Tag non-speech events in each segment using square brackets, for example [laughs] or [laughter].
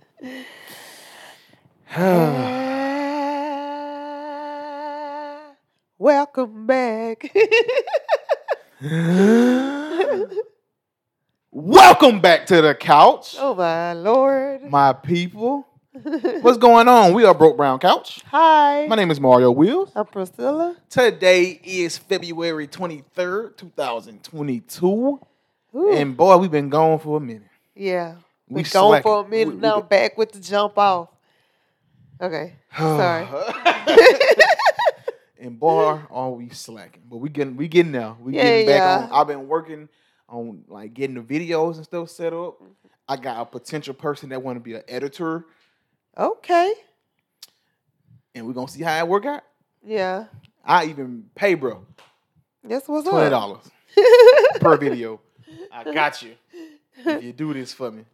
[sighs] Ah, [sighs] Welcome back. [laughs] Welcome back to the couch, oh my lord. my people. What's going on? We are Broke Brown Couch. [laughs] Hi. My name is Mario Wills. I'm Priscilla. Today is February 23rd, 2022. Ooh, And boy, we've been gone for a minute. yeah. we We gone for a slacking. minute We- we now. been- back with the jump off. [sighs] Okay. [laughs] Sorry. and boy, are oh, we slacking. But we getting we getting now. We Yeah, getting back yeah. on. I've been working on like getting the videos and stuff set up. I got a potential person that want to be an editor, Okay. and we're gonna see how it work out. Yeah. I even pay bro That's what's twenty up. dollars per video. I got you. If you do this for me,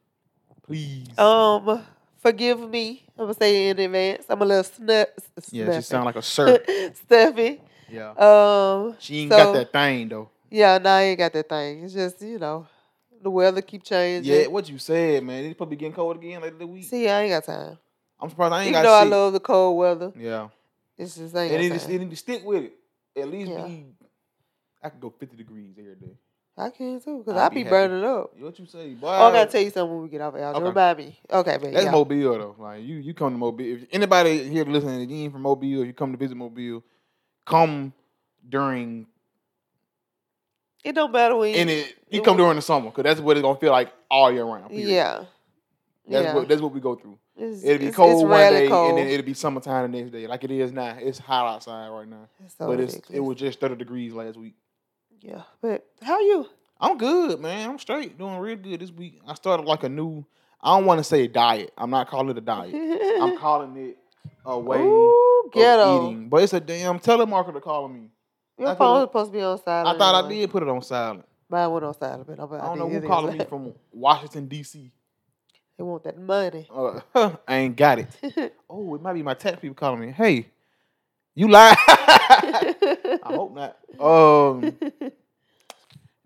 please. [laughs] um, forgive me. I'm gonna say it in advance. I'm a little snut. yeah, she sound like a [laughs] sir. stuffy. Yeah, Um, she ain't so- got that thing though. Yeah, no, I ain't got that thing. It's just you know, the weather keep changing. Yeah, what you said, man. It's probably getting cold again later the week. See, I ain't got time. I'm surprised I ain't Even got though I sick. love the cold weather, Yeah. it's just I ain't And it got just time. it need to stick with it. At least Yeah. be I could go fifty degrees every day. I can too, cause I'd I be be, happy. burning up. You know what you say? Boy, Oh, I gotta tell you something when we get off air. Okay. Okay. Remind me. Okay, man. That's yeah. Mobile though. Like you you come to Mobile. If anybody here listening if you ain't from Mobile, you come to visit Mobile, come during it don't matter when. and you- it you come during the summer because that's what it's gonna feel like all year round. period. yeah. That's yeah. what that's what we go through. it's, It'll be it's- cold it's one rarely day cold. and then it'll be summertime the next day, like it is now. It's hot outside right now. It's so but it's it Oh, ridiculous. was just thirty degrees last week. Yeah, but how you? I'm good, man. I'm straight, doing real good this week. I started like a new. I don't want to say diet. I'm not calling it a [laughs] diet. I'm calling it a way Ooh, of ghetto. eating. But it's a damn telemarketer calling me. I Your could've- phone's supposed to be on silent. I thought I anyway. did put it on silent. Mine went on silent, but I'm, I don't know did who it calling me anyway. from Washington D.C. They want that money. Uh, [laughs] I ain't got it. [laughs] Oh, it might be my tax people calling me. Hey, you lie. [laughs] I hope not. Um,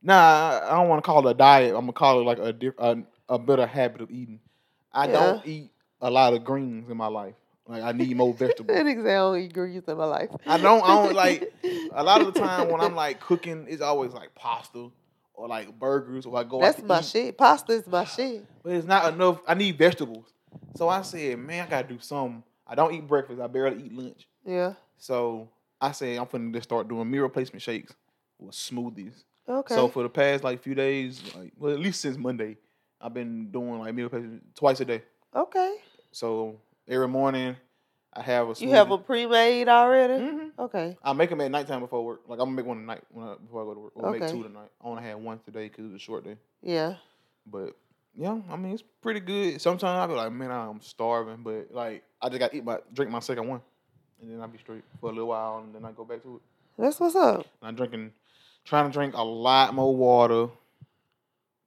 Nah, I- I don't want to call it a diet. I'm gonna call it like a diff- a, a better habit of eating. I don't eat a lot of greens in my life. Like I need more That vegetables. nigga say I don't eat greens in my life. [laughs] I don't- I don't, like, A lot of the time when I'm like cooking, it's always like pasta or like burgers or I go. out That's to my eat, shit. Pasta is my shit. But it's not enough. I need vegetables. So I said, man, I gotta do something. I don't eat breakfast. I barely eat lunch. Yeah. So I said I'm finna just start doing meal replacement shakes or smoothies. Okay. So for the past like few days, like well at least since Monday, I've been doing like meal replacement twice a day. okay. So every morning I have a smoothie. You have Mm-hmm. them pre-made already? Mhm. Okay. I make them at nighttime before work. Like I'm gonna make one tonight when I, before I go to work. Or make Okay. two tonight. I only had one today because it was a short day. Yeah. But yeah, I mean it's pretty good. Sometimes I be like, man, I'm starving, but like I just gotta eat my drink my second one, and then I be straight for a little while, and then I go back to it. That's what's up. And I'm drinking, trying to drink a lot more water,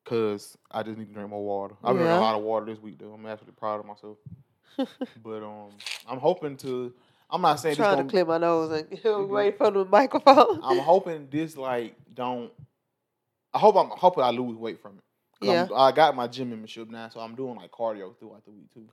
cause I just need to drink more water. I've been drinking Yeah. a lot of water this week though. I'm actually proud of [laughs] myself. but um, I'm hoping to. I'm not saying this Trying to gonna, clear my nose and [laughs] good. wait for the microphone. I'm hoping this like don't. I hope I'm hoping I lose weight from it. 'Cause I'm- I got my gym membership now, so I'm doing like cardio throughout the week too.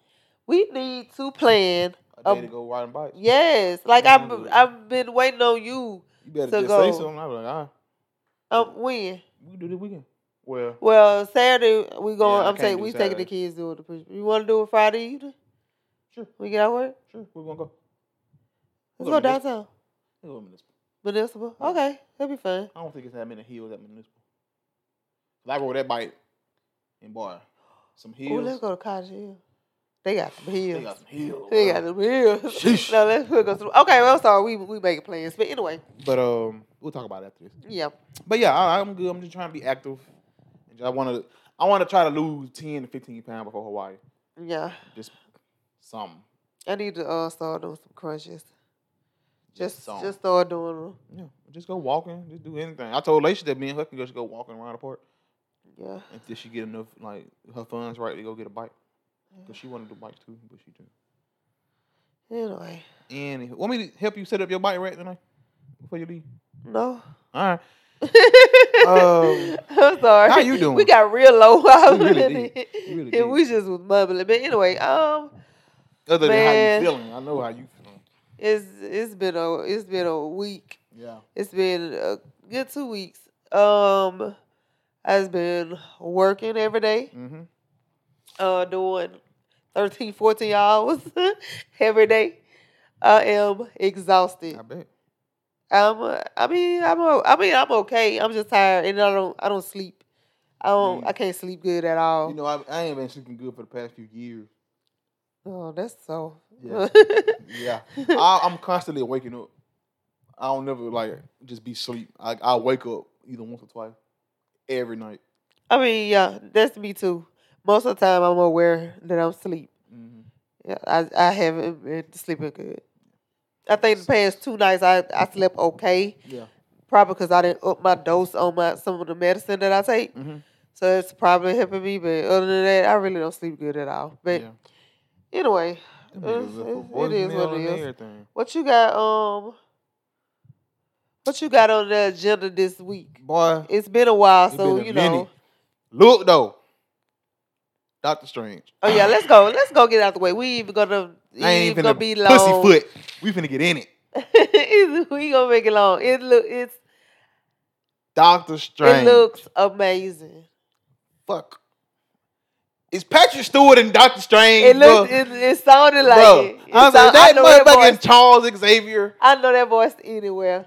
We need to plan. A day Um, to go riding bikes. Yes. Like Man, I've look. I've been waiting on you. you better to just say go. something. I was like, all right, Um when? we can do this weekend. Well, Well, Saturday we going. Yeah, I I'm saying can't do we taking Saturday. the kids doing the push. You want to do it Friday evening? Sure. We get out of work. sure, we're gonna go. Let's Go go to Municipal. downtown. Let's go to Municipal. Municipal. Yeah. Okay, that'd be fun. I don't think it's that many hills at Municipal. 'Cause I rode that bike and boy, some Oh, hills. let's go to Cottage Hill. They got some They hills. got some hills. [laughs] They bruh. got some [laughs] hills. Sheesh. no, let's we'll go through. Okay, well, I'm sorry. We we making plans, but anyway, But um, we'll talk about it after this. yeah. But yeah, I, I'm good. I'm just trying to be active. And I want to, I want to try to lose ten to fifteen pounds before Hawaii. Yeah, Just something. I need to uh, start doing some crunches. Just something. just start doing them. yeah, just go walking. Just do anything. I told Laisha that me and her can just go walking around the park Yeah. until she get enough like her funds right to go get a bike. Cause she wanted to bike too, but she didn't. Anyway, And want me to help you set up your bike rack tonight before you leave? no. All [laughs] right. Um, I'm sorry. how you doing? We got real low. We really did. We [laughs] really did. and we just was mumbling. But anyway, um, Other than Man. how you feeling, I know how you feeling. it's it's been a it's been a week. Yeah. It's been a good two weeks. Um, I've been working every day. Mm-hmm. uh, doing 13, 14 hours [laughs] every day. I am exhausted. I bet. I'm, uh, I mean, I'm, o- I mean, I'm okay. I'm just tired, and I don't, I don't sleep. I don't, Mm. I can't sleep good at all. You know, I, I ain't been sleeping good for the past few years. oh, that's so. Yeah. Yeah. I, I'm constantly waking up. I don't never like just be sleep. I I wake up either once or twice every night. [laughs] I mean, yeah, that's me too. Most of the time, I'm aware that I'm asleep. Mm-hmm. Yeah, I, I haven't been sleeping good. I think the past two nights I, I slept okay, Yeah. probably because I didn't up my dose on my some of the medicine that I take. Mm-hmm. So it's probably helping me, but other than that, I really don't sleep good at all. But yeah. anyway, Them uh, niggas left it- for it is what voicemail it and is. Everything. what you got um what you got on the agenda this week? Boy, It's been a while, It's so been a you minute. know. look though. Doctor Strange. Oh yeah, let's go. Let's go get it out the way. We even gonna I it ain't even even gonna gonna be long. pussyfoot. We finna get in it. [laughs] It's- we gonna make it long. It look it's Doctor Strange. it looks amazing. Fuck. It's Patrick Stewart and Doctor Strange. It bruh. looked it, it sounded like Bruh. it. It I was like, sound- I know that motherfucking voice, Charles Xavier. I know that voice anywhere.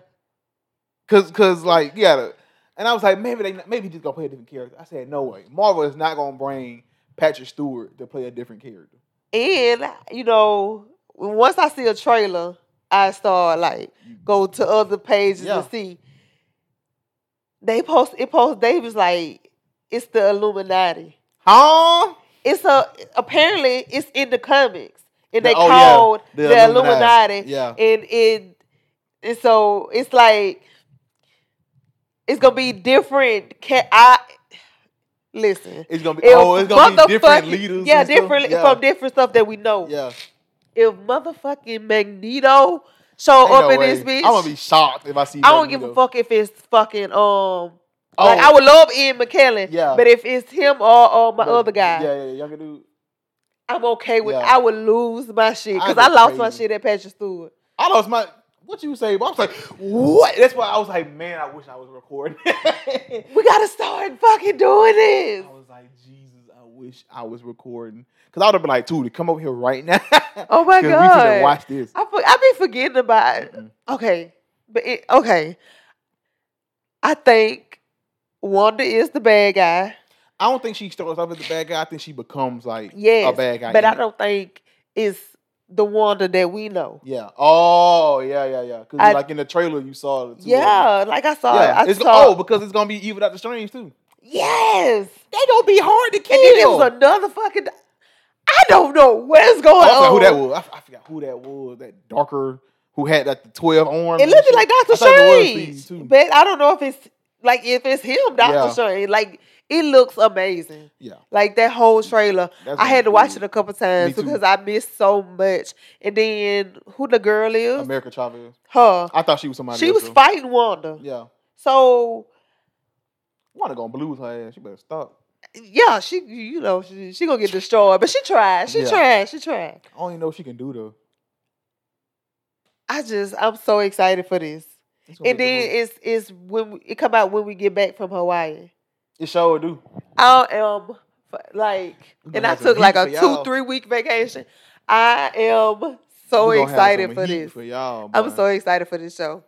Cause, cause, like, you gotta. And I was like, maybe they, maybe he just gonna play a different character. I said, no way. Marvel is not gonna bring Patrick Stewart to play a different character. And you know, once I see a trailer, I start like go to other pages Yeah. and see. They post it post Davis like it's the Illuminati. Huh? It's a apparently it's in the comics. And The- they oh, yeah, called the the, Illuminati. Illuminati. Yeah. And it and so it's like it's gonna be different ca- I listen. It's gonna be If oh, it's gonna be different motherfucking- leaders. Yeah, and stuff. different Yeah. from different stuff that we know yeah. if motherfucking Magneto show Ain't up no in way. this bitch, I'm gonna be shocked if I see. I don't give Magneto. a fuck if it's fucking um. Oh, Like I would love Ian McKellen, Yeah. but if it's him or, or my but- other guy, Yeah, yeah, younger dude. I'm okay with. Yeah. I would lose my shit I because go I lost my crazy. shit at Patrick Stewart. I lost my. What you say? But I was like, what? That's why I was like, man, I wish I was recording. [laughs] I We gotta start fucking doing this. was like, Jesus, I wish I was recording. Cause I would have been like, dude, come over here right now. [laughs] Oh my 'Cause we finna God. watch this. I for, I be forgetting about. it. Mm-mm. Okay, but it, okay, I think Wanda is the bad guy. I don't think she starts off as a bad guy. I think she becomes like Yes, a bad guy. but in I it. don't think it's the Wanda that we know. Yeah. Oh, yeah, yeah, yeah. Cause I- like in the trailer, you saw the two of them. Yeah, like I saw Yeah. it. I it's, saw. oh, because it's gonna be evil at the streams too. yes. They gonna be hard to And kill. then there was another fucking. I don't know what's going I forgot on. Oh, who that was. I, f- I forgot who that was. That darker who had that the twelve arms. It and looked shit. like I Doctor thought it was Steve, Strange, too. but I don't know if it's like if it's him, Doctor Yeah. Strange. Like it looks amazing. Yeah, Like that whole trailer, That's I had to gonna watch be it a couple times Me too. because I missed so much. And then who the girl is? America Chavez. Her. I thought she was somebody. She else, was though. fighting Wanda. Yeah, So wanna go blues her ass. She better stop. yeah, she you know she, she gonna get destroyed, but she tried, she Yeah. tried, she tried. I don't even know what she can do though. I just I'm so excited for this, It's gonna and be a good then movie. it's it's when we, it come out when we get back from Hawaii. it sure do. I am um, f- like, We and gonna I have some took like heat for a two y'all. three week vacation. I am so We gonna have excited some for heat this. For y'all, I'm boy. so excited for this show.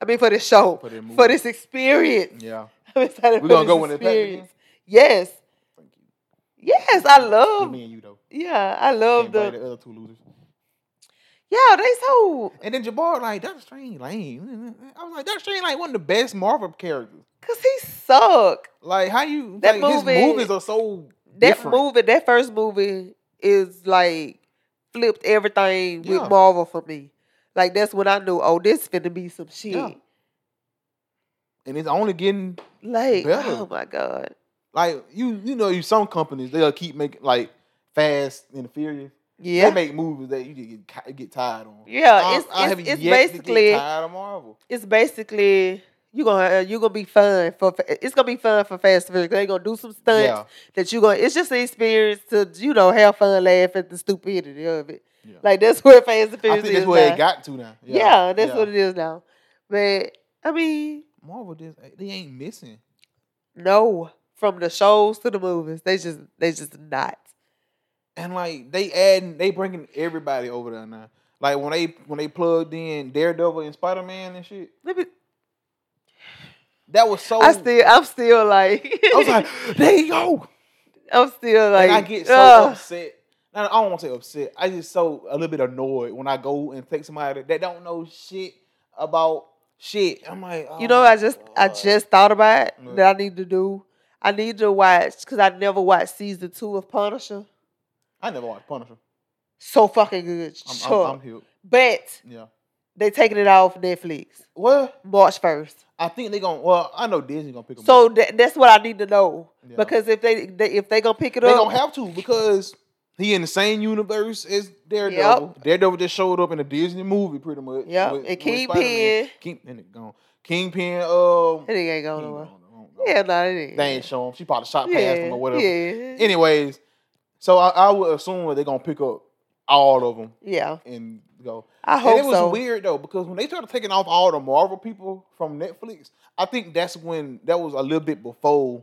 I mean for this show, For for, this movie. this experience. [laughs] Yeah, I'm excited We for gonna this go when it's packed again? experience. Yes, thank you. yes, I Just love. me and you though. Yeah, I Can't love the. the, the other two losers. Yeah, they so And then Jabbar like Doctor Strange lame. mm, I was like Doctor Strange like one of the best Marvel characters. Cause he suck. Like how you That like, his movie- movies are so That different. movie, that first movie is like flipped everything Yeah. with Marvel for me. Like that's when I knew, oh, this finna be some shit. Yeah. and it's only getting Like, Better. oh my God. like you you know you some companies they'll keep making like Fast and Furious. Yeah. They make movies that you just get ki- get tired on. yeah. I- it's I have it's, yet it's to get basically tired of Marvel. it's basically you gonna uh, you gonna be fun for it's gonna be fun for Fast and Furious. They gonna do some stunts Yeah. that you gonna. It's just an experience to you know have fun, laugh at the stupidity of it. Yeah. Like that's where Fast and I Furious think is that's where now. it got to now. yeah. that's yeah. what it is now. But I mean, Marvel just they ain't missing. no, from the shows to the movies, they just they just not. And like they adding, they bringing everybody over there now. Like when they when they plugged in Daredevil and Spider Man and shit, Let me. that was so. I still, I'm still like, Oh. I was [laughs] like, there you go. I'm still like, and I get so ugh. upset. Now, I don't want to say upset. I just so a little bit annoyed when I go and take somebody that don't know shit about shit. I'm like, oh You know, I my just I God. just thought about it, Mm. that I need to do. I need to watch because I never watched season two of Punisher. I never watched Punisher. So fucking good, I'm, sure. I'm, I'm here. but Yeah. they taking it off Netflix Well, March first. I think they gonna. Well, I know Disney gonna pick them up. So tha- that's what I need to know Yeah. because if they, they if they gonna pick it They up, don't have to because he in the same universe as Daredevil. Daredevil just showed up in a Disney movie, pretty much. Yep, and Kingpin. King, and it gone. Kingpin. Um, it ain't he going gone, nowhere. gone, gone. Yeah, no, it ain't. They ain't show him. She probably shot past yeah, him or whatever. Yeah, Anyways, so I, I would assume that they're gonna pick up all of them yeah. and go. I And hope it was so. weird though because when they started taking off all the Marvel people from Netflix, I think that's when that was a little bit before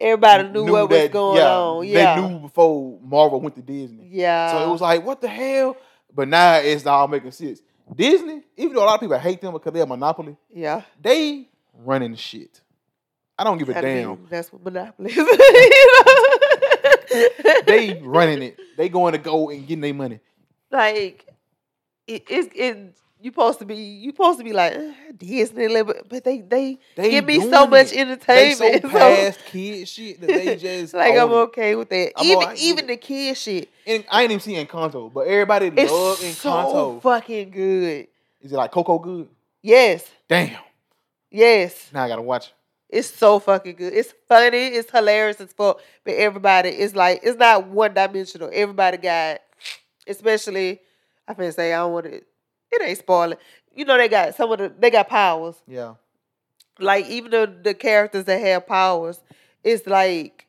Everybody knew, what was that- going on. Yeah, they knew before Marvel went to Disney. yeah. So it was like, what the hell? But now it's all making sense. Disney, even though a lot of people hate them because they're a monopoly, yeah. they running shit. I don't give a I damn. mean, that's what monopoly is. [laughs] you [laughs] know? They running it. They going to go and getting their money. like it, it's it. You supposed to be you supposed to be like "Ugh, Disney, li- but but they they, They give me doing so much it. They entertainment. [laughs] so so- past kid shit that [laughs] they just like own I'm it. okay with that. I'm even all right with even it. the kid shit, And I ain't even seen Encanto, but everybody it's love so Encanto. fucking good. Is it like Coco good? Yes, Damn. yes, Now I gotta watch. it. it's so fucking good. It's funny, it's hilarious as fuck. But everybody, it's like it's not one dimensional. Everybody got, especially, I finna say I don't want to. It ain't spoiling. You know they got some of the they got powers. Yeah. like even the, the characters that have powers, it's like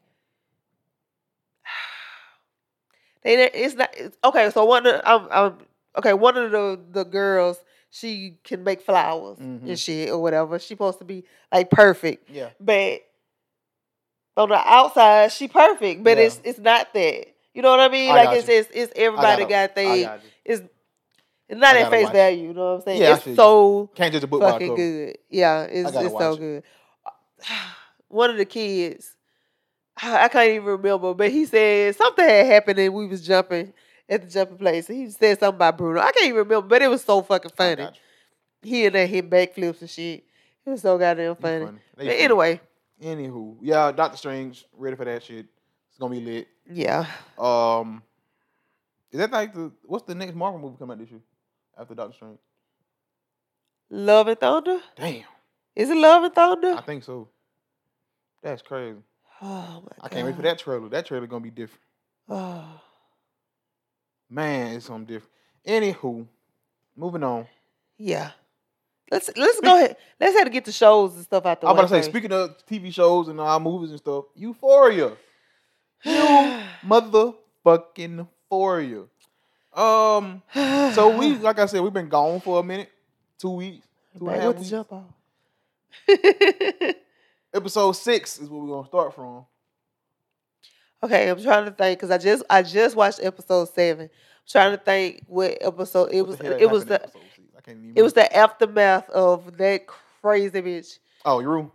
[sighs] they don't- it's not it's, okay. So one of I'm, I'm okay. One of the the girls she can make flowers Mhm. and shit or whatever. She supposed to be like perfect, Yeah. but on the outside she perfect, but Yeah. it's it's not that. You know what I mean? I got like it's, you. it's it's everybody I got I they got you. it's it's not I at gotta face watch it. value. You know what I'm saying? Yeah, I it's feel you. so Can't judge a book by a fucking cover. good. Yeah, it's, gotta it's so watch it. good. [sighs] One of the kids, [sighs] I I can't even remember, but he said something had happened and we was jumping at the jumping place. He said something about Bruno. I can't even remember, but it was so fucking I funny. got you. He and that hit backflips and shit. It was so goddamn You funny. They But funny. anyway, Anywho, yeah, Doctor Strange, ready for that shit. It's gonna be lit. yeah. Um, is that like the what's the next Marvel movie coming out this year after Doctor Strange? Love and Thunder? Damn, Is it Love and I Thunder? think so. That's crazy. [sighs] Oh my I can't wait for God. that trailer. That trailer gonna be different. Oh. Man, it's something different. Anywho, moving on. [sighs] Yeah. Let's let's go ahead. Let's have to get the shows and stuff out the I'm way. about to say, first. speaking of TV shows and our movies and stuff, [sighs] Euphoria, you motherfucking Euphoria. Um, so we, like I said, we've been gone for a minute, two weeks, two and a Back half with the weeks. jump off. Episode six is where we're gonna start from. [laughs] okay, I'm trying to think because I just I just watched episode seven. I'm trying to think what episode it was. What the hell It happened in was the episode six? I can't even it was the aftermath of that crazy bitch oh your room.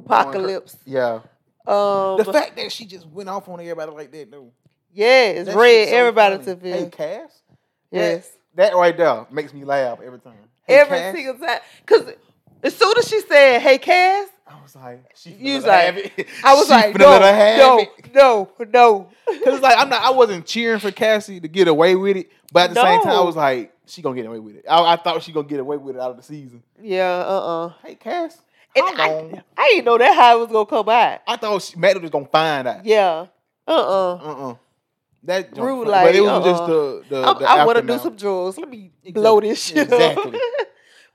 apocalypse. Yeah, Um, the fact that she just went off on everybody like that, though. yeah, it's That red. shit's so Everybody funny. to feel Hey, Cass. yes. That right there makes me laugh every time. Hey, Every Cass. single time, because as soon as she said, "Hey, Cass," I was like, she You finna was let her have like- [laughs] it. I was She like, finna "No, let her have no, it. no, no." [laughs] Cause it's like I'm not, I wasn't cheering for Cassie to get away with it, but at the same time, I No. was like, she gonna get away with it. I, I thought she gonna get away with it out of the season. Yeah, uh, uh Hey, Cass, And how I, long? I didn't know that how it was gonna come out. I, thought she, Matt was gonna find out. Yeah, uh, uh Uh uh That junk, Rude, but it was like, just uh-uh. the the, I'm- the I want to do aftermath. [laughs] some drugs. Let me blow this shit Exactly. up. [laughs]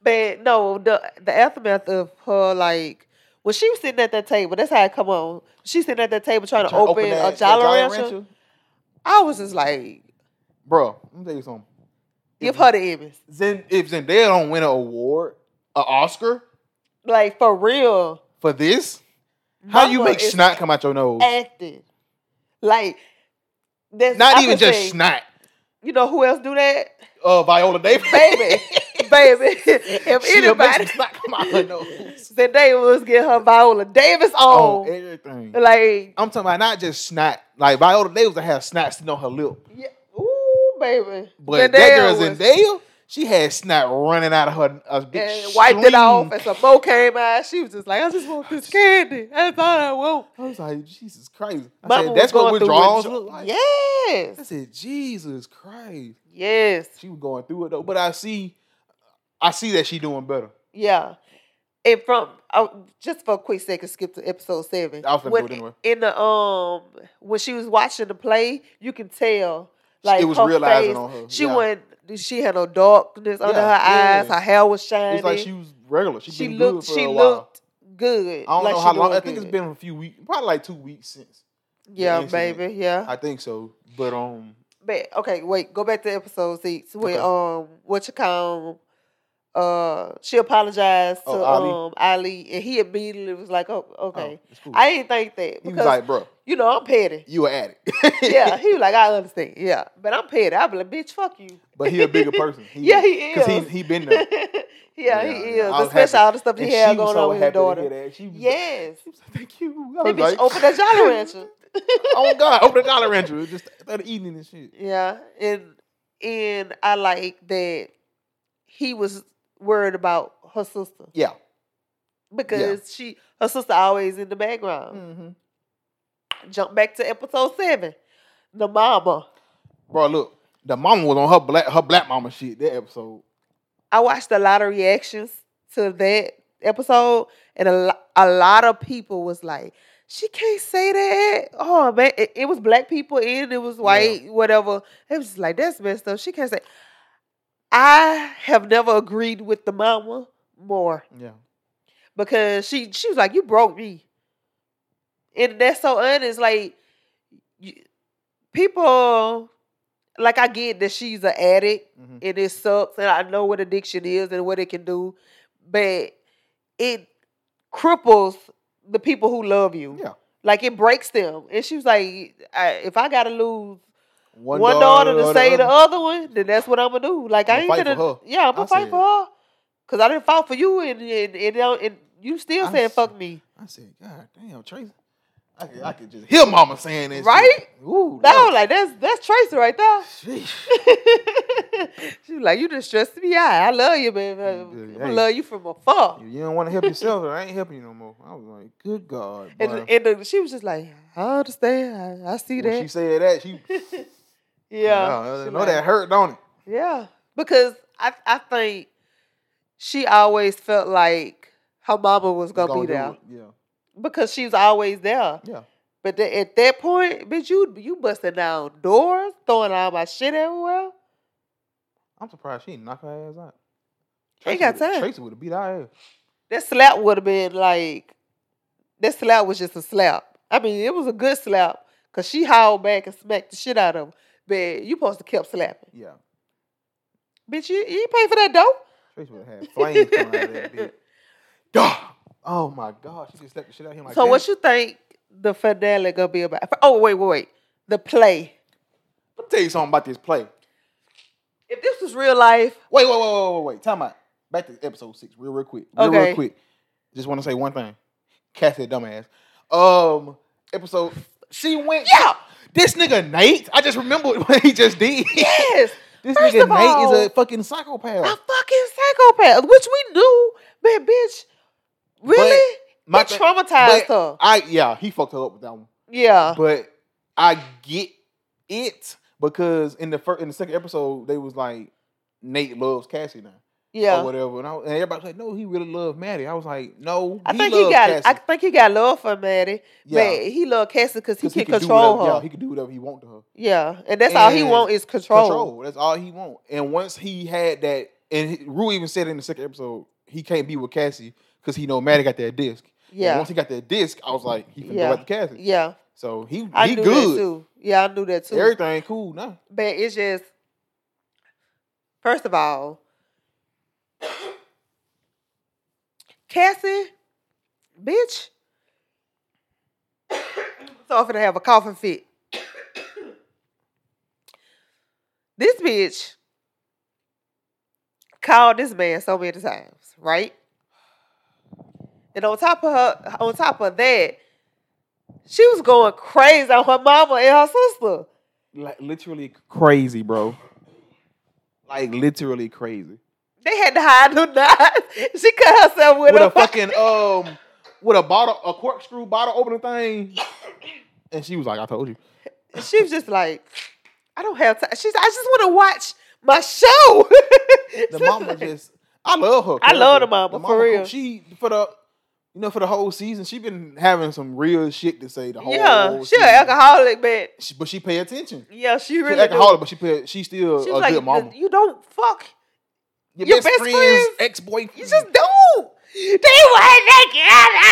But no, the the aftermath of her like when she was sitting at that table, that's how it come on. She sitting at that table trying to Tryna open, that- a that Jolly Jolly Rancher. Rancher? I was just like, Bro, let me tell you something. give her the Mm-hmm. Emmys. Zen, if Zendaya don't win an award, an Oscar Like for real. for this, how you Mama make is snot come out your nose? acting? Like that's Not I even could just say, snot. You know who else do that? Uh, Viola Davis. [laughs] Baby. baby. if She'll make some anybody [laughs] snot come out her nose. then they was get her Viola Davis On on. everything. like I'm talking about not just snot. Like Viola Davis, I have snot sitting on her lip. yeah, ooh, baby. But Zendaya that girl was- Zendaya, she had snot running out of her. A big and wiped it stream. off. And some mo came out. She was just like, I just [laughs] want this candy. That's all I want. I was like, Jesus Christ. I Mama said, was that's what going through withdrawals withdrawal- look like. I Yes. said, Jesus Christ. Yes. She was going through it though. But I see, I see that she doing better. Yeah. And from uh, just for a quick second, skip to episode seven. I was gonna When- do it anyway. In the um, when she was watching the play, you can tell like was her realizing face, on her, She yeah. wasn't. She had no darkness under Yeah, her eyes. yeah. Her hair was shining. It's like she was regular. She, she been looked. good for She a while. looked good. I don't like know she how long. I doing think it's good. been a few weeks, probably like two weeks since. Yeah, incident. baby. Yeah. I think so. But um, But okay, wait, go back to episode six when um what you call uh she apologized to Oh, Ali? um Ali and he immediately was like, Oh, oh, okay. it's cool. I didn't think that he because was like, bro, you know I'm [laughs] petty. you an addict. [laughs] yeah, he was like, I understand. Yeah, but I'm petty. I be like, bitch, fuck you. [laughs] But he a bigger person. [laughs] Yeah, he Because he is. he been [laughs] yeah, there. he yeah, is. I was Especially happy. all the stuff And he had she was going so on with his happy to hear daughter. that. She was Yes. Like, [laughs] she was like, Thank you. I That was bitch like, opened that Jolly Rancher. [laughs] oh God, open the Jolly [laughs] Rancher. Just started eating and shit. Yeah, and and I like that he was worried about her sister Yeah. because she her sister always in the background. Mm-hmm. Jump back to episode seven, the mama. Bro, look, the mama was on her black her black mama shit that episode. I watched a lot of reactions to that episode, and a, lo- a lot of people was like, "She can't say that." Oh man, it, it was black people and it was white, whatever. It was just like that's messed up. She can't say. I have never agreed with the mama more. Yeah. because she she was like, "You broke me," and that's so honest. Like, you, people, like I get that she's an addict Mhm. and it sucks, and I know what addiction is and what it can do, but it cripples the people who love you. Yeah. Like it breaks them, and she was like, I, "If I gotta lose one, daughter daughter, to or say the other. other one, then that's what I'm gonna do. Like I I'ma ain't fight gonna, for her. yeah, I'm gonna I fight said- for her, cause I didn't fight for you, and and and, and, and you still I saying s- fuck me. I said, God damn, Tracy. I could, I could just hear mama saying this. Right? Shit. Ooh, No, like that's that's Tracy right there. [laughs] Sheesh. she was like, you just stressed me out. I love you, baby. Yeah, I'm hey. gonna love you from afar. You don't want to help yourself, I ain't helping you no more. I was like, good God. And boy. and the, she was just like, I understand. I, I see when she that. said that, [laughs] she Yeah, Wow, I She know like- that hurt, don't it? Yeah, because I I think she always felt like her mama was gonna, Gonna be do there. it, Yeah, because she was always there. yeah. But the, at that point, bitch, you you busting down doors, throwing all my shit everywhere. I'm surprised she didn't knock her ass out. Ain't got would've- time. Tracy would have beat our ass. That slap would have been like, that slap was just a slap. I mean, it was a good slap because she howled back and smacked the shit out of him. But you supposed to kept slapping, Yeah, bitch. You, you ain't pay for that dough. Tracy would have had flames coming out of [laughs] that bitch. Duh! Oh my God, she just slapped the shit out of him like so that. what you think the finale gonna be about? Oh wait, wait, wait. The play. Let me tell you something about this play. If this was [coughs] real life, Wait, wait, wait, wait, wait, wait. Time out. Back to episode six, real, real quick. Real, Okay. real quick. Just want to say one thing. Kathy, dumbass. Um, episode. She went. yeah, This nigga Nate. I just remembered [laughs] what he just did. yes. This First nigga of all- Nate is a fucking psychopath. a fucking psychopath, which we knew, man, bitch. Really? My he thing- but traumatized her. I yeah, he fucked her up with that one. yeah. But I get it because in the first in the second episode they was like Nate loves Cassie now Yeah. or whatever, and, I, and everybody was like, no, he really loved Maddie. I was like, no, I he think loved he got Cassie. I think he got love for Maddie. yeah, But he loved Cassie because he 'cause can could do control whatever- her. Yeah, he could do whatever he want to her. Yeah. And that's all he And want is control. That's all he want. And once he had that and he- Rue even said in the second episode he can't be with Cassie because he know Maddie got that disc. And Yeah. once he got that disc, I was like, he finna Yeah. go back to Cassie. Yeah. So he I he knew that good. too. Yeah, I knew that too. Everything cool now. But it's just, first of all, Cassie, bitch. so I'm finna have a coughing fit. this bitch called this man so many times, right? And on top of her, on top of that, she was going crazy on her mama and her sister. Like literally crazy, bro. Like literally crazy. They had to hide her [laughs] knives. She cut herself with, With a, a fucking um with a bottle a corkscrew bottle opening [laughs] thing. And she was like, I told you. She was just like, I don't have time. She's, I just want to watch my show. [laughs] [laughs] The She's mama like- just I love her. I love the character. mama, for cool. real. She for the you know, for the whole season, she been having some real shit to say the whole yeah, she season. an alcoholic, but She- but she pay attention. yeah, she Oh, She really alcoholic, but she pay, she still Do. She a was like, good mama. you don't fuck. Your, your best, best friend's friends- ex boyfriend. You just don't. They were together.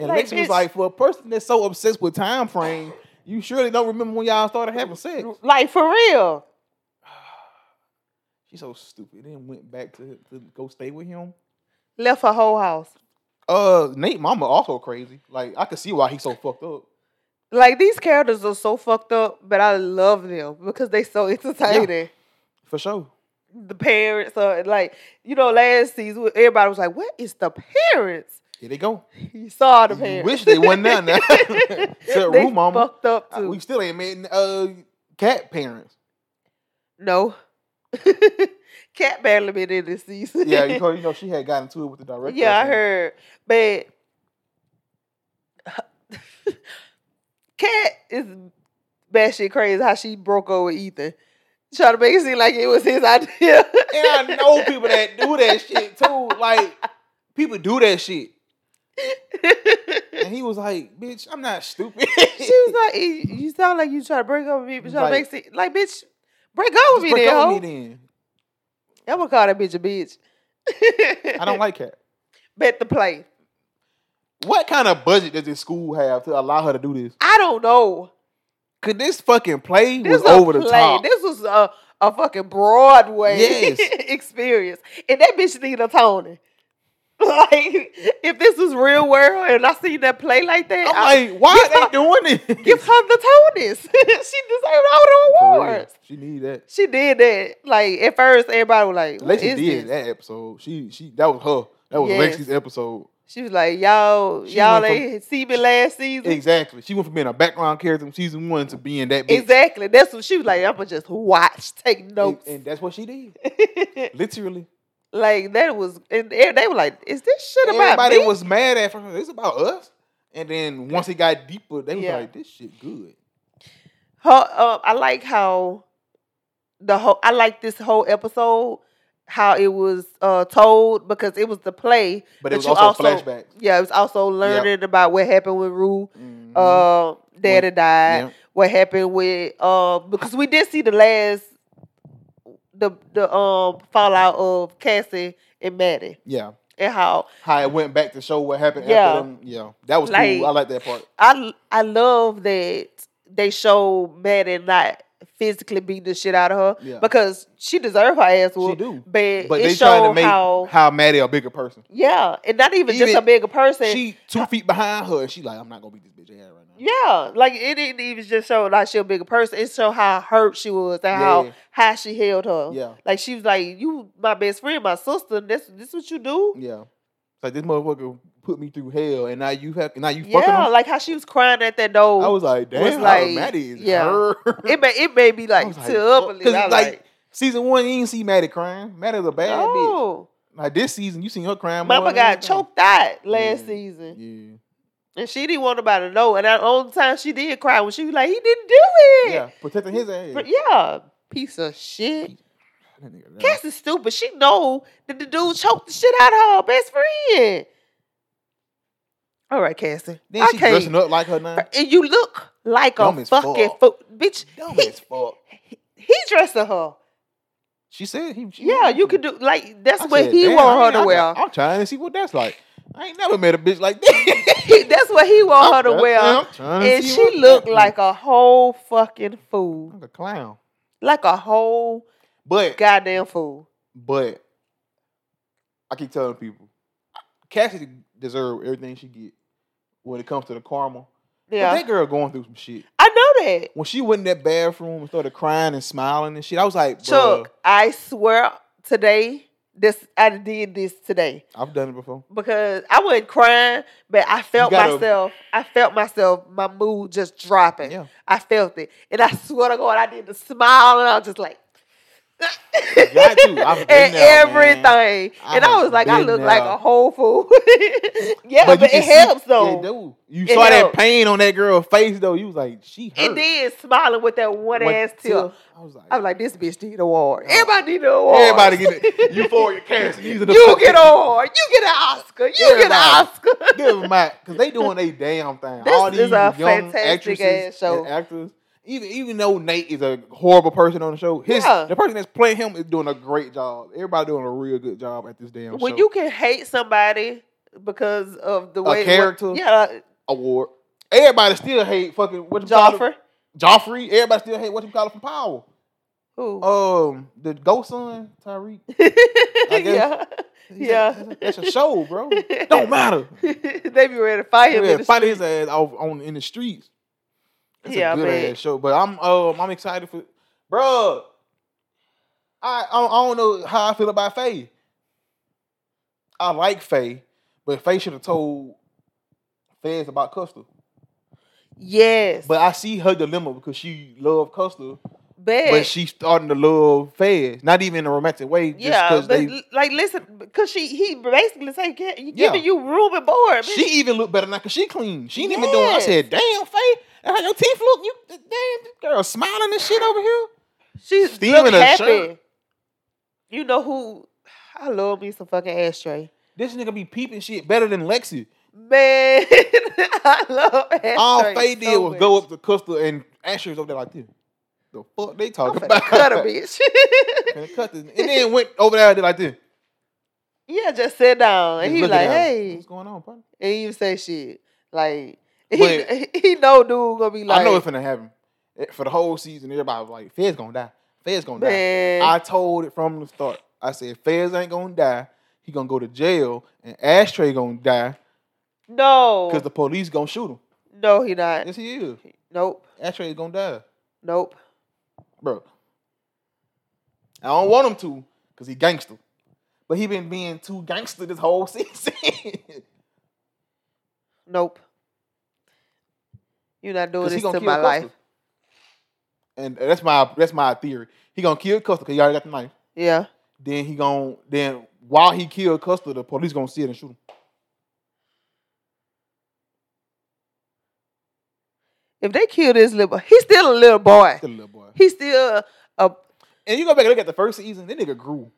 And Like, Lex was bitch. like, for a person that's so obsessed with time frame, you surely don't remember when y'all started having sex. Like for real. She's so stupid. Then went back to, to go stay with him. Left her whole house. Uh, Nate mama also crazy. Like I could see why he's so fucked up. Like these characters are so fucked up, but I love them because they so entertaining. For sure. the parents or like you know last season everybody was like what is the parents Here they go. you saw the You parents wish [laughs] they wasn't there now. Except They Rue mama. fucked up Uh, too We still ain't met uh cat parents. no [laughs] cat barely been in this season Yeah, you know, you know she had gotten to it with the [laughs] director. or yeah i something. heard but [laughs] cat is batshit crazy how she broke over ethan trying to make it seem like it was his idea [laughs] And I know people that do that shit too. Like people do that shit. And he was like, "Bitch, I'm not stupid." [laughs] She [laughs] was like, "You you sound like you trying to break up with me, but trying Like- to make it like, bitch, break up with Just me break then, up hoe." with me then. I'm gonna call that bitch a bitch. I don't like cat. [laughs] bet the play. What kind of budget does this school have to allow her to do this? I don't know. Cause this fucking play This was a over the play. top. This was a, a fucking Broadway Yes. [laughs] experience, and that bitch need a Tony. [laughs] Like, if this was real world, and I seen that play like that, I'm I- like, why give are her- they doing this? give her the Tonys. [laughs] she deserved all For the real. awards. She need that. She did that. Like at first, everybody was like, "What Lexi did is this?" that episode. She she that was her. That was Yes. Lexi's episode. She was like, "Y'all, She y'all went from- ain't see me last season." Exactly. She went from being a background character in season one to being that bitch. Exactly. That's what she was like. I'ma just watch, take And, notes. and that's what she did. Literally. [laughs] like that was, and they they were like, "Is this shit about Everybody me?" was mad at first. It's about us. And then once it got deeper, they was Yeah. like, this shit good. Her, um, I like how the whole. I like this whole episode how it was uh, told because it was the play, But it was you also, flashbacks. Yeah, it was also learning about what happened with Rue. Mhm. Uh, Daddy died. Yeah. What happened with uh, because we did see the last the the um fallout of Cassie and Maddie yeah. and how How it went back to show what happened Yeah. after them. Yeah. That was Like- cool. I like that part. I I love that they show Maddie not physically beating the shit out of her Yeah. because she deserved her ass She whooped. do. But, But it they trying to showed make how, how Maddie a bigger person. yeah, and not even, just Even- a bigger person. She two feet behind her and she like, I'm not gonna beat this bitch ass right now. yeah, like it didn't even just show like she a bigger person. It showed how hurt she was and how Yeah. how she held her. Yeah. Like she was like, "You my best friend, my sister. This this what you do." Yeah. It's like this motherfucker put me through hell and now you have now you fucking Yeah, him. like how she was crying at that door. I was like, damn, was how like, Maddie is yeah. her. it made it made me like tear up a little. I was like, [laughs] season one, you ain't see Maddie crying. Maddie's a bad bitch. oh. Like this season, you seen her crying. more Mama than got anything. choked out last Yeah. season, Yeah, and she didn't want nobody to know. And the only time she did cry when she was like, "He didn't do it." yeah, protecting his ass. but yeah, piece of shit. That nigga, that- Cass is stupid. She know that the dude choked the shit out of her best friend. All right, Cassie. Then she dressing up like her now. And you look like Dumb a as fucking fuck. fool, bitch. Dumb he, as fuck. he dressing her. She said he. she Yeah, wanted you to. could do like that's I what said, he "Damn, I want mean, her I to wear. got- I'm trying to see what that's like. I ain't never met a bitch like [laughs] that. [laughs] that's what he want her to wear. And she looked like a whole fucking fool, like a clown. like a whole But goddamn fool. but I keep telling people, Cassidy deserve everything she get when it comes to the karma. But Yeah, that girl going through some shit. I know that. When she went in that bathroom and started crying and smiling and shit, I was like, bro, Chuck, I swear today, this I did this today I've done it before. because I wasn't crying, but I felt gotta- myself. I felt myself. My mood just dropping. Yeah. I felt it, and I swear to God, I did the smile, and I was just like. Got [laughs] to. I've been and there, everything, man. I and I have was like, I been look like there. a whole fool. [laughs] yeah, but, you can it see- helps It though. do. You It saw that helps. pain on that girl's face though. You was like, she hurt. and then smiling with that Went one ass till- tip. I was like, I'm like, this bitch need an award. Oh. Everybody need an award. everybody get [laughs] it. You for your Cassidy. These are the you fucking- get an award. You get an Oscar. You get an Everybody. Oscar. [laughs] Give them out because they doing they damn thing. This All these is a young fantastic actresses ass show. and actors. Even even though Nate is a horrible person on the show, his Yeah. the person that's playing him is doing a great job. Everybody doing a real good job at this damn when show. you can hate somebody because of the A way what- character? yeah, award. Everybody still hate fucking what you call it? Joffrey. Joffrey. Everybody still hate what you call it from Power. Who? [laughs] Um, the ghost son Tyreek. I yeah, guess- He's like, Yeah. that's a- that's a show, [laughs] bro. Don't matter. they be ready to fight him. in Yeah, the fight street. his ass off on in the streets. It's Yeah, I a good bet. ass show, but I'm um I'm excited for, bro. I I don't, I don't know how I feel about Faye. I like Faye, but Faye should have told Fez about Custer. Yes, But I see her dilemma because she loved Custer, bet. but she's starting to love Fez. Not even in a romantic way, just yeah, because but they. l- like listen, because she he basically say "Get- giving Yeah. you room and board. bitch." She even looked better now because she clean. She ain't even doing. I Yes. said, "Damn, Faye, that's how your teeth look. You damn this girl smiling and shit over here." She's Steam look in her happy. shirt. You know who? I love me some fucking ashtray. This nigga be peeping shit better than Lexi. Man, [laughs] I love ashtray. All Faye did so was much. go up to Custer and Asher's over there like this. The fuck they I'm talking finna about? cut [laughs] a bitch. [laughs] Finna cut this. And then went over there and did like this. yeah, just sit down. And Just he looking like, at her. hey, What's going on, partner? and you say shit like. [laughs] He, But- he know dude gonna be like I know it's finna happen. It- For the whole season, everybody was like, Fed's gonna die. Fed's gonna die. man I told it from the start. I said, Fez ain't gonna die. He gonna go to jail and Ashtray gonna die no because the police gonna shoot him. no he not Yes, he is. nope Ashtray is gonna die. nope bro. I don't want him to, cause he gangster. But he been being too gangster this whole [laughs] season. Nope. You're not doing Cause he this gonna to kill my Custer. life. And that's my that's my theory. He gonna kill Custer because he already got the knife. Yeah. Then he gonna then while he killed Custer, the police gonna see it and shoot him. If they kill this little boy, he's still a little boy. Still a little boy. He's still uh, a And you go back and look at the first season, that nigga grew.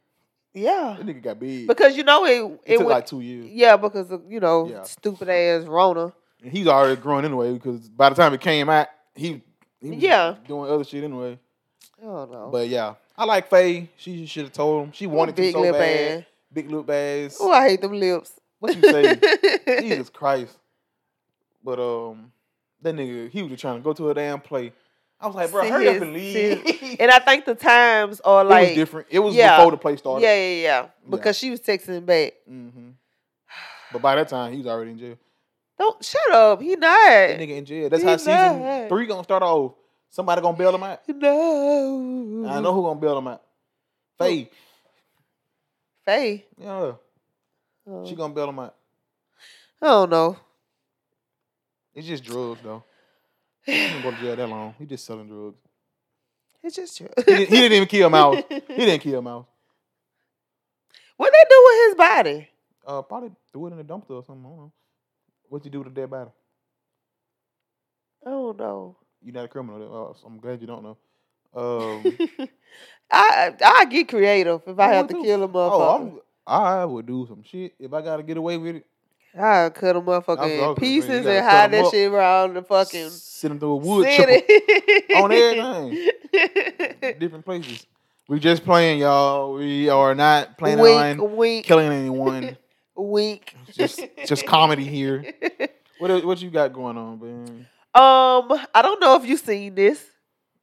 yeah. That nigga got big. Because you know it it it took was like two years. yeah because of, you know Yeah. stupid ass Rona. And he's already grown anyway, because by the time it came out, he, he was Yeah. doing other shit anyway. I don't know. But yeah, I like Faye. She should have told him. She wanted to big so lip bad. ass. Big lip ass. Oh, I hate them lips. What you [laughs] say? Jesus Christ. But um, that nigga, he was just trying to go to a damn play. I was like, bro, See hurry up his- and see leave. [laughs] his- [laughs] it and I think the times are like was different. It was yeah. before the play started. yeah yeah yeah because she was texting back. hmm But by that time, he was already in jail. Don't shut up. He That not. nigga in jail. That's He how season not. three gonna start off. Somebody gonna bail him out. No. I know who gonna bail him out. Mm-hmm. Who? Faye. Faye. Yeah, Oh. she gonna bail him out. I don't know. It's just drugs though. He didn't go to jail that long. He just selling drugs. It's just true. He didn't, he didn't even kill Miles. He didn't kill Miles. [laughs] What they do with his body? [laughs] Uh, probably threw it in the dumpster or something. I don't know. What you do with a dead body? I don't know. You're not a criminal. Uh, so I'm glad you don't know. [laughs] Um, I I get creative if I I have would to too. kill a motherfucker. oh, I'm, I would do some shit if I gotta get away with it. I will cut I a was motherfucker in gonna say, you pieces gotta and cut hide 'em that up. shit around the fucking [laughs] Send him through a wood chipper [laughs] city on everything, different places. We just playing, y'all. We are not planning Wink, on wink, killing [laughs] anyone. wink. It's just it's [laughs] just comedy here. What what you got going on, man? Um, I don't know if you've seen this,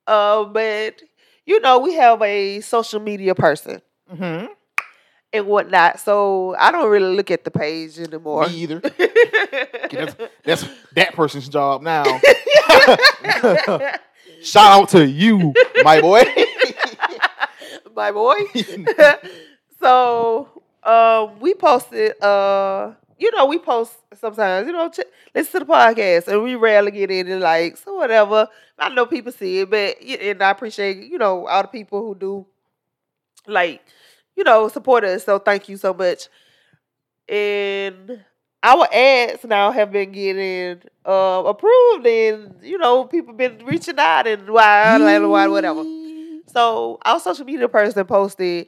uh, but you know we have a social media person Mm-hmm. and whatnot, so I don't really look at the page anymore. [laughs] Me either. [laughs] That's, that's that person's job now. [laughs] Shout out to you, my boy. [laughs] My boy. [laughs] [laughs] so um, we posted. Uh, you know, we post sometimes. You know, ch- listen to the podcast, and we rarely get any likes or whatever. I know people see it, but y- and I appreciate you know all the people who do like you know support us. So thank you so much. And our ads now have been getting uh, approved, and you know people been reaching out and why, [laughs] why, whatever. So our social media person posted,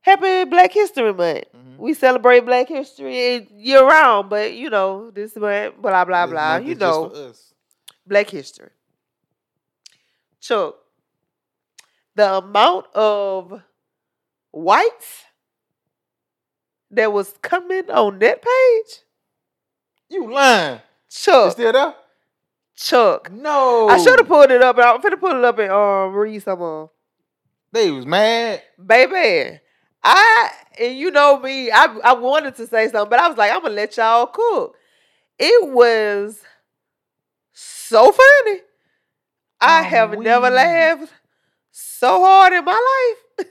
"Happy Black History Month. Mhm. We celebrate Black history year round, but you know this month, blah blah It's blah. not- You it's just know, for us. Black history." Chuck, the amount of whites that was coming on that page, You lying? It's Chuck, still there? Chuck. No. I should have pulled it up. but I'm finna pull it up and um read some of. 'em. They was mad. baby. I and you know me, I I wanted to say something, but I was like, I'm gonna let y'all cook. It was so funny. I Oh, have never wee. laughed so hard in my life.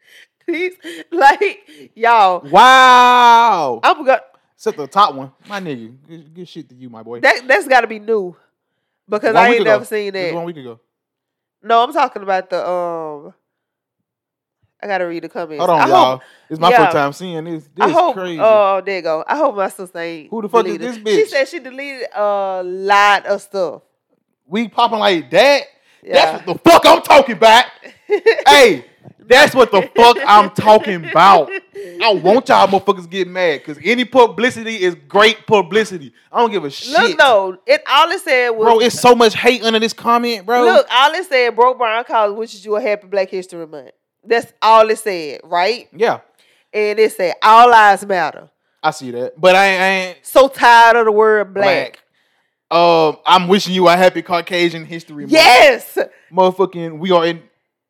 [laughs] These like y'all, Wow. I'm gonna Except the top one, my nigga. Good, good shit to you, my boy. that that's gotta be new. Because One I week ain't ago. never seen This was that. one week ago. No, I'm talking about the um I gotta read the comments. Hold on, I hope- y'all. It's my yeah. first time seeing this. This I hope. is crazy. Oh, there you go. I hope my sister ain't. Who the fuck is deleted it. this She bitch? said she deleted a lot of stuff. [laughs] we popping like that. Yeah. That's what the fuck I'm talking about. hey, that's what the fuck I'm talking about. I want y'all motherfuckers to get mad because any publicity is great publicity. I don't give a shit. Look though, it all it said was. bro, it's so much hate under this comment, bro. Look, all it said, Bro Brown College wishes you a happy Black History Month. That's all it said, right? Yeah, And it said, all lives matter. I see that. But I, ain't- I ain't So tired of the word black. black. Um, I'm wishing you a happy Caucasian history. Month. Yes. motherfucking we are in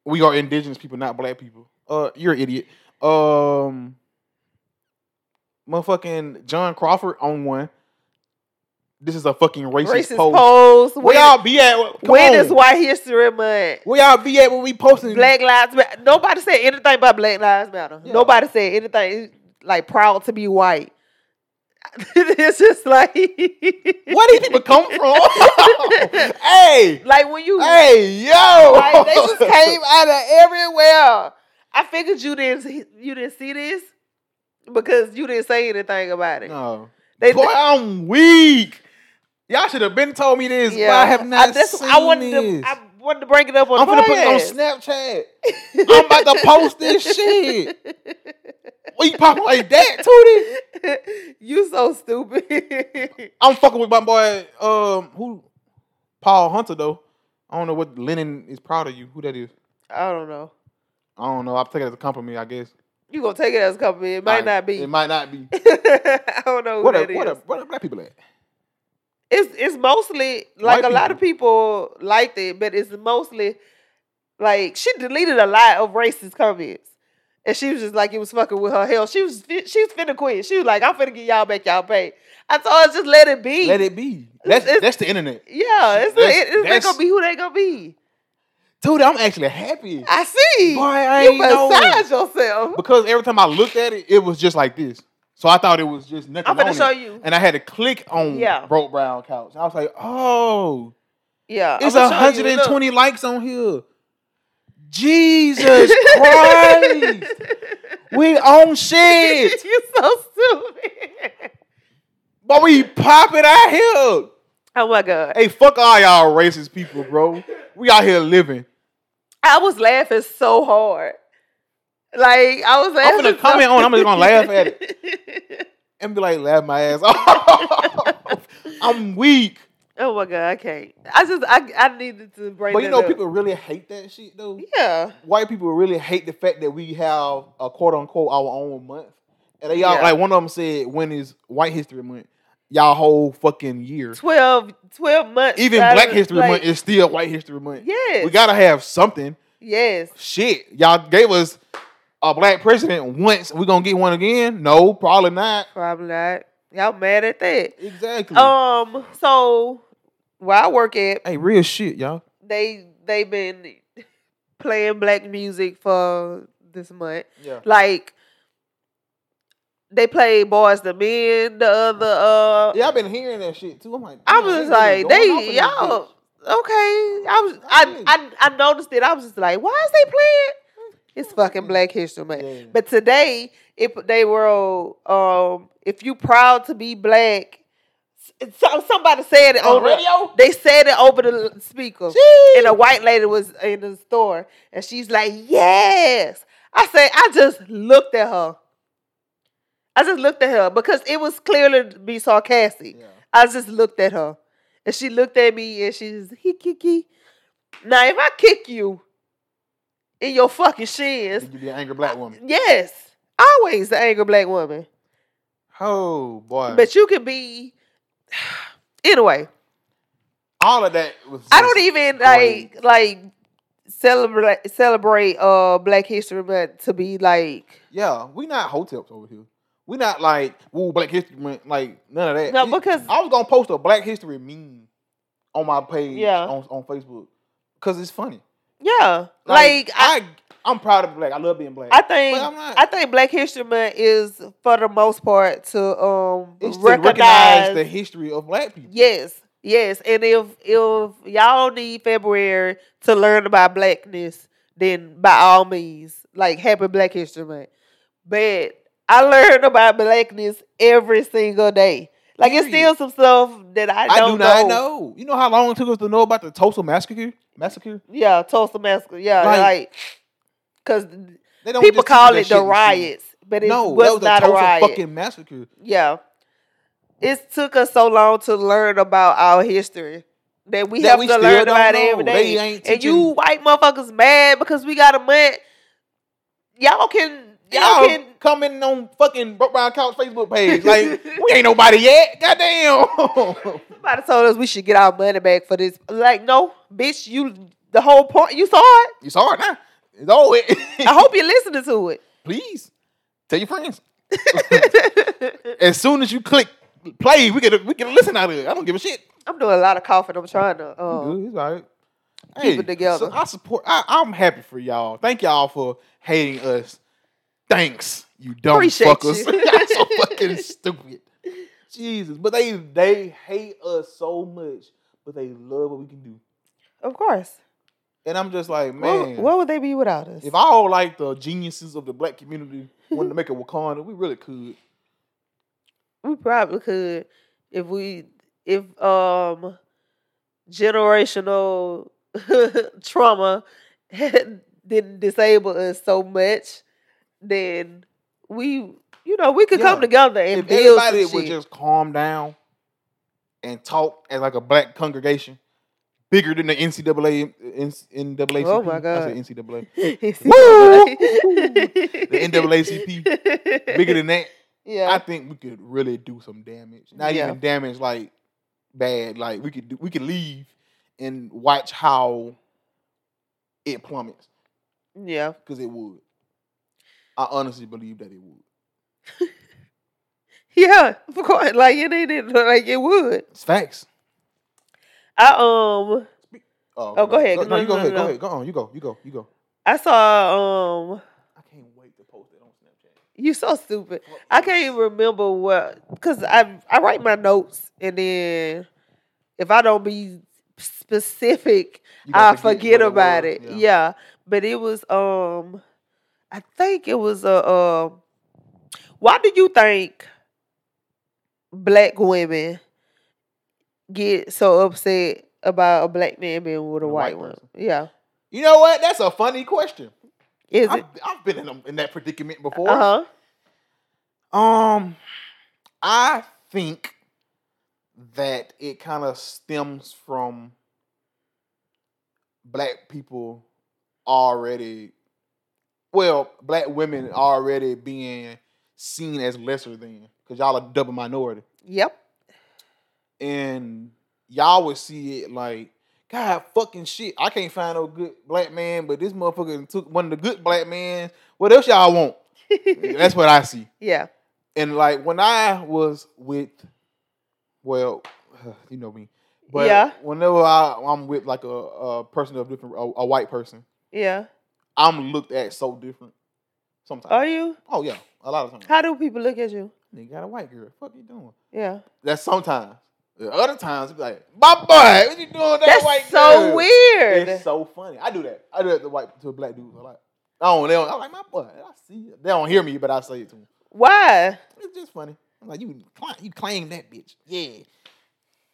we are indigenous people, not black people. Uh you're an idiot. Um motherfucking John Crawford on one. This is a fucking racist, Racist post. polls. Where When, y'all be at? Come when on. is White History Month? Where y'all be at when we posting? Black Lives Matter. Nobody said anything about Black Lives Matter. Yeah. Nobody said anything like proud to be white. [laughs] it's just like Where these people [laughs] come from? [laughs] hey, Like when you hey, yo! [laughs] like [laughs] they just came out of everywhere. I figured you didn't you didn't see this because you didn't say anything about it. No, They- boy, I'm weak. Y'all should have been told me this, but I have not that's- seen I wanted this. to I wanted to bring it up on I'm the gonna put it on podcast. Snapchat. I'm about to post [laughs] this shit. Well, you popping like that, Tootie? you so stupid. [laughs] I'm fucking with my boy, um, who Paul Hunter though. I don't know what Lennon is proud of you. Who that is? I don't know. I don't know. I take it as a compliment, I guess. You gonna take it as a compliment? It Like, might not [laughs] be. It might not be. I don't know who What that a, is. what a, what a black people at? It's it's mostly like White a lot of people liked it, but it's mostly like she deleted a lot of racist comments, and she was just like it was fucking with her health. She was fi- she was finna quit. She was like, I'm finna get y'all back y'all pay. I told her just let it be. Let it be. That's It's- that's the internet. Yeah, it's, That's- it, it's they that's- gonna be who they gonna be. Tootie, I'm actually happy. I see. Boy, I you ain't know. massage yourself. Because every time I looked at it, it was just like this. So I thought it was just nothing. I'm gonna on it. show you. And I had to click on Yeah. broke brown couch. I was like, oh, Yeah, it's I'ma show you. Look. 120 likes on here. [laughs] Jesus Christ, we on shit, you so stupid. but we popping out here. Oh my god. Hey, fuck all y'all racist people, bro. We out here living. I was laughing so hard. Like I was laughing. I'm gonna comment on. I'm just gonna laugh at it [laughs] and be like, laugh my ass off. I'm weak. [laughs] Oh my god, I can't. I just I I needed to bring. But you that know, up. people really hate that shit though. Yeah. White people really hate the fact that we have a quote unquote our own month, and they all Yeah. like one of them said, "When is White History Month? Y'all whole fucking year." 12, 12 months. Even out of- Black History like, Month is still White History Month. Yes. We gotta have something. Yes. Shit, y'all gave us a black president once. We gonna get one again? No, probably not. Probably not. Y'all mad at that? Exactly. Um. So where I work at, hey, real shit, y'all. they they been [laughs] playing black music for this month. Yeah. Like they play Boys the Men, the other uh Yeah, I've been hearing that shit too. I'm like, I damn, was they really going like, off in they this y'all bitch. okay. I was I, I I noticed it. I was just like, why is they playing? It's fucking Black History Month. Yeah. But today, if they were um, if you proud to be black, s- some somebody said it on on the the, radio. they said it over the l- speaker, and a white lady was in the store, and she's like, yes. I say, I just looked at her. I just looked at her because it was clearly to be sarcastic. Yeah. I just looked at her. And she looked at me and she's he kiki. Now if I kick you in your fucking shins, Did you be an angry black woman? yes. Always the angry black woman. Oh boy. But you can be [sighs] anyway. all of that was. I don't just even great. like like celebrate celebrate uh Black History Month to be like Yeah, we not hotels over here. We not like woo Black History Month, like none of that. No, It- because- I was gonna post a Black History meme on my page Yeah. on, on Facebook because it's funny. yeah. Like, I, I, I, am proud of black. I love being black. I think but I'm not- I think Black History Month is for the most part to um it's to recognize recognize the history of black people. Yes, yes. And if if y'all need February to learn about blackness, then by all means, like Happy Black History Month. But I learn about blackness every single day. Like it's still Period. some stuff that I, I, do don't not know. know. You know how long it took us to know about the Tulsa massacre? Massacre? Yeah, Tulsa massacre. Yeah, Like- like because They don't people just teach call you that it shit the in school. riots, but it No, was, that was not a a Tulsa riot. fucking massacre. yeah, it took us so long to learn about our history that we That have we to still learn don't about know. it every They day. ain't and you teaching- white motherfuckers mad because we got a month. Y'all can y'all, Y'all can commenting on fucking Broke Brown Couch Facebook page. [laughs] Like, we ain't nobody yet. Goddamn. [laughs] somebody told us we should get our money back for this. Like no, bitch, you the whole point you saw it. you saw it now. It's all it. [laughs] I hope you're listening to it. [laughs] Please tell your friends. As soon as you click play, we get we get a listen out of it. I don't give a shit. [laughs] I'm doing a lot of coughing. I'm trying to. You Um, good. It's all right. Keep it together. so I support. I, I'm happy for y'all. Thank y'all for hating us. Thanks, you dumb Appreciate fuckers. you. [laughs] y'all so fucking stupid. Jesus, but they they hate us so much, but they love what we can do. of course. And I'm just like, What, man, what would they be without us? if all like the geniuses of the black community wanted to make a Wakanda, we really could. We probably could if we if um generational [laughs] trauma [laughs] didn't disable us so much, then we you know we could come Yeah. together and If build some everybody would shit. just calm down and talk as like a black congregation, bigger than the NCAA, NCAA. Oh my God. I said NCAA. [laughs] The the NAACP, bigger than that. I [laughs] yeah think we could really do some damage. Not Yeah. even damage like bad. Like we could do, we could leave and watch how it plummets yeah because it would. I honestly believe that it would. yeah of course like it [laughs] ain't like it would It's facts. I um Oh, go ahead. No, No, you go no, ahead. no, Go no. ahead. Go on. You go. You go. You go. I saw um I can't wait to post it on Snapchat. you so stupid I can't even remember what because I I write my notes and then if I don't be specific, You I gotta forget what about was. it. Yeah. but it was um, I think it was a um. Why do you think black women get so upset about a black man being with a, With a white, white one? person. Yeah, You know what? That's a funny question. is I've, it? I've been in, a, in that predicament before. Uh huh. Um, I think that it kind of stems from black people already well, black women already being seen as lesser than because y'all a double minority. [laughs] Yep. And y'all would see it like, God fucking shit. I can't find no good black man, but this motherfucker took one of the good black men. What else y'all want? That's what I see. [laughs] yeah. And like when I was with, well, [sighs] you know me, but Yeah. whenever I, I'm with like a, a person of different, a, a white person, Yeah. I'm looked at so different. Sometimes. Are you? Oh yeah, a lot of times. How do people look at you? Nigga got a white girl. Fuck you doing? Yeah. That's sometimes. The other times it be like, my boy, what you doing? with That That's white so girl?" weird. It's so funny. I do that. I do that to white to a black dude. I like, I don't. They don't. I'm like, my boy. I see. It. They don't hear me, but I say it to them. Why? It's just funny. I'm like, you, cla- you claim that bitch. Yeah.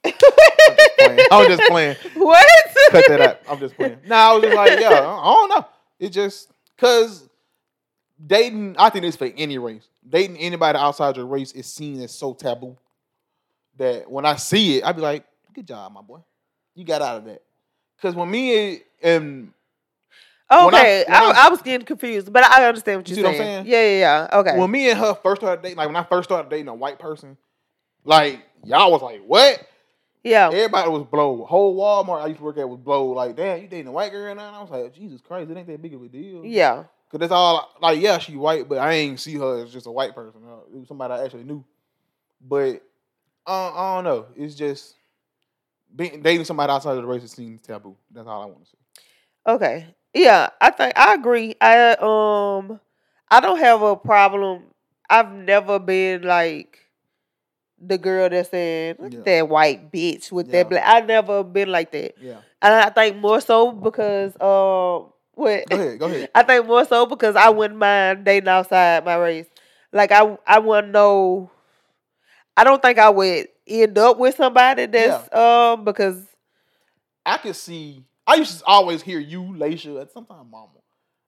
I'm just [laughs] playing. I'm just playing. What? Cut that out. I'm just playing. Nah, I was just like, yeah, I don't know. It just cause dating. I think it's for any race. Dating anybody outside your race is seen as so taboo that when I see it, I'd be like, good job, my boy. You got out of that. Cause when me and When I- Okay, when I, I- I was getting confused, but I understand what You you're see what I'm saying. saying? Yeah, yeah, yeah. Okay. when me and her first started dating, like when I first started dating a white person, like y'all was like, what? yeah. Everybody was blown. Whole Walmart I used to work at was blown. Like, damn, you dating a white girl now? And I was like, Jesus Christ, it ain't that big of a deal. yeah. Cause that's all. Like, yeah, she white, but I ain't see her as just a white person. Uh, It was somebody I actually knew. But uh, I don't know. It's just being, dating somebody outside of the race is seen as taboo. That's all I want to say. Okay. Yeah, I think I agree. I um I don't have a problem. I've never been like the girl that's saying "Look at Yeah. that white bitch with Yeah. that black. I never been like that. Yeah. And I think more so because um what Go ahead. Go ahead. I think more so because I wouldn't mind dating outside my race. Like I I wouldn't know I don't think I would end up with somebody that's um because I could see. I used to always hear you, Laisha, and sometimes Mama.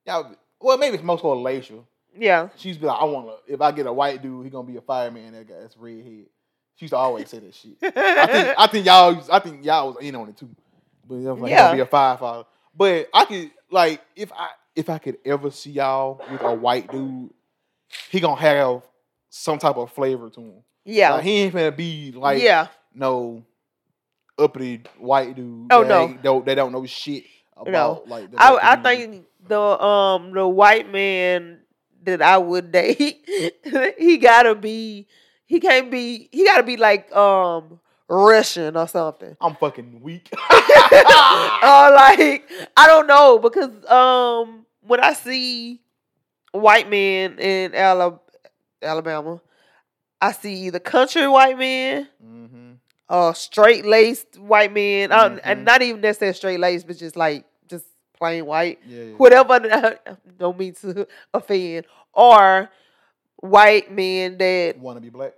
Y'all. be- Well, maybe it's most of Laisha. yeah. She's be like, I want to. If I get a white dude, he gonna be a fireman. That guy, that's redhead. She used to always say that shit. [laughs] [laughs] I think I think y'all was- I think y'all was in on it too. But I was like, yeah. Yeah. gonna be a firefighter. But I could like if I if I could ever see y'all with a white dude, he gonna have some type of flavor to him. yeah. Like, he ain't gonna be like yeah. no uppity white dude. Oh, that no. ain't- don't they don't know shit about No. like the I, I black community. think the um the white man that I would date, [laughs] he gotta be he can't be he gotta be like um Russian or something. I'm fucking weak. or Uh, like I don't know because um when I see white men in Alab- Alabama, I see either country white men hmm uh straight laced white men, uh, Mhm. and not even necessarily straight laced, but just like just plain white Yeah. yeah. whatever [laughs] don't mean to offend or white men that Wanna be black?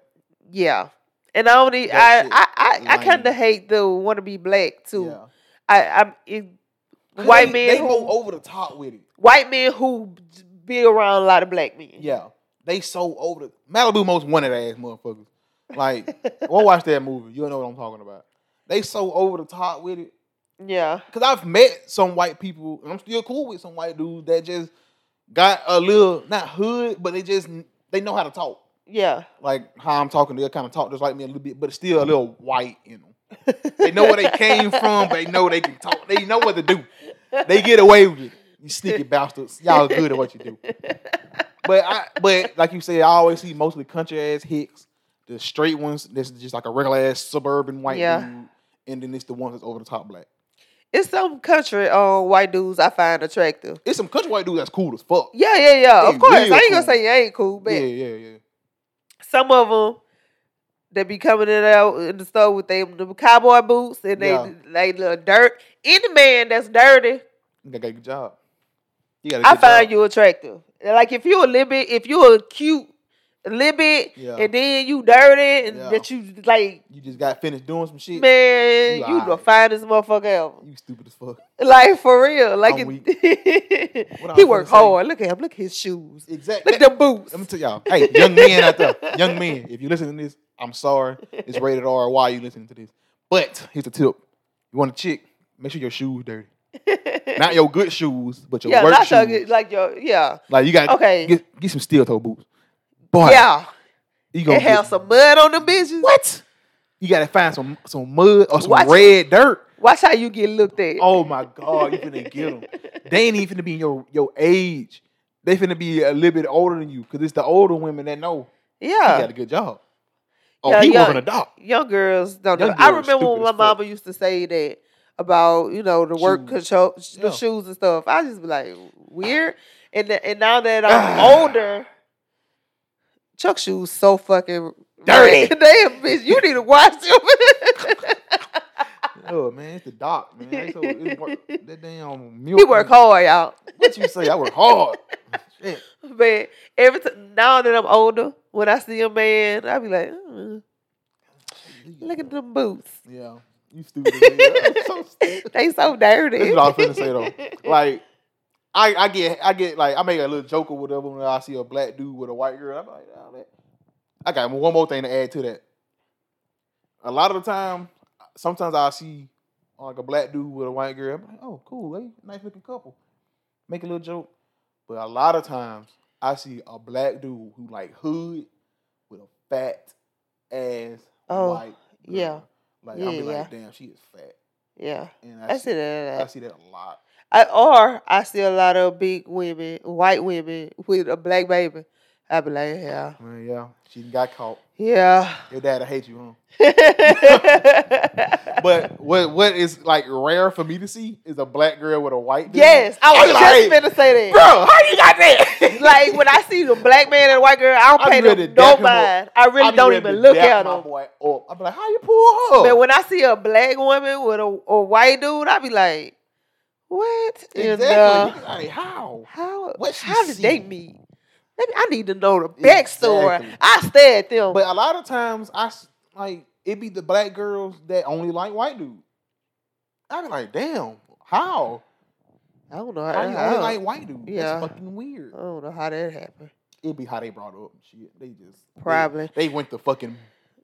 yeah and i only i That shit i i, I kind lame. of hate the want to be black too Yeah. i i'm it, 'Cause they, white men they who, go over the top with it. white men who be around a lot of black men Yeah, they so over the Malibu most wanted ass motherfuckers. Like, go watch that movie. You'll know what I'm talking about. They so over the top with it. yeah Cause I've met some white people, and I'm still cool with some white dudes that just got a little not hood, but they just they know how to talk. yeah Like how I'm talking, they'll kind of talk just like me a little bit, but still a little white in them. They know where they came from. They know they can talk. They know what to do. They get away with it. You sneaky bastards. Y'all good at what you do. But I, but like you said, I always see mostly country ass hicks, the straight ones. This is just like a regular ass suburban white Yeah. dude, and then it's the ones that's over the top black. it's some country um white dudes i find attractive It's some country white dudes that's cool as fuck. yeah yeah yeah They of course i ain't real gonna cool. say you ain't cool but Yeah, yeah, yeah. some of them they be coming in out in the store with they them cowboy boots and they Yeah. they little dirt. Any man that's dirty, You got a good job. You got a I good find job. you attractive. Like if you a little bit, if you a cute, a little bit, Yeah. and then you dirty and Yeah. that you like, You just got finished doing some shit. man, You you, the alright. finest motherfucker ever. You stupid as fuck. Like for real, like I'm [laughs] it, What I he was worked gonna say- hard. Look at him. Look at his shoes. Exactly. Look at the boots. Let me tell y'all, hey, young men out there, young men, if you listen to this, I'm sorry. It's rated R. Why are you listening to this? But here's a tip: you want a chick, make sure your shoes dirty. [laughs] Not your good shoes, but your yeah, work not shoes. so good. Like your yeah, Like you got Okay. get, get some steel toe boots. Boy, yeah. you gonna It have get- some mud on them bitches. what? You gotta find some some mud or some Watch- red dirt. Watch how you get looked at. Oh my god, you finna get them. They ain't even finna be your your age. They finna be a little bit older than you because it's the older women that know he yeah. got a good job. Oh, Yeah, he yeah. working a dog. young girls don't Young know. I girls remember when stupid my as fuck. mama used to say that about you know the work Shoes. control, sh- the Yeah. shoes and stuff. I just be like weird, and th- and now [sighs] that I'm older, Chuck shoes so fucking Dirty. [laughs] Damn bitch, you need to wash [laughs] them. Oh man, it's the doc, man. They so- it's work- that damn milk. he work hard, y'all. What you say? I work hard. Shit. But every time now that I'm older, when I see a man, I be like, "Mm, look at them boots. [laughs] Yeah, you stupid. man. [laughs] I'm so stupid. they so dirty. This is what I was finna say [laughs] though. Like, I, I get I get like I make a little joke or whatever when I see a black dude with a white girl. I'm like, oh, that. I got one more thing to add to that. A lot of the time, sometimes I see like a black dude with a white girl. I'm like, oh, cool, eh? nice looking couple. Make a little joke, but a lot of times I see a black dude who like hood with a fat ass Oh, white. girl. yeah. like Yeah, I'll be yeah. like, damn, she is fat, yeah, and I see I that. see that a lot. I, or I see a lot of big women, white women with a black baby. I be like, yeah, Well, yeah, she got caught. [laughs] yeah. Your dad'll hate you, huh? but But what what is like rare for me to see is a black girl with a white. Dude. [laughs] yes, I was I'm just like, gonna say bro, that. how you got that? [laughs] Like when I see the black man and the white girl, I don't I'm pay ready them to no dap him up. mind. I really I be don't ready to even look dap at my them. boy up. I'm like, how you pull her? But when I see a black woman with a, a white dude, I be like, what? in exactly. the- like how? How What she how did see. they meet? Let me- I need to know the backstory. Exactly. I stare at them. But a lot of times I s- like it be the black girls that only like white dudes. I be like, damn, how? I don't know how, How you how- only like white dudes? Uh-huh. Yeah. That's fucking weird. I don't know Oh, how that happened. It be how they brought up. and Shit, they just they- Probably They went to fucking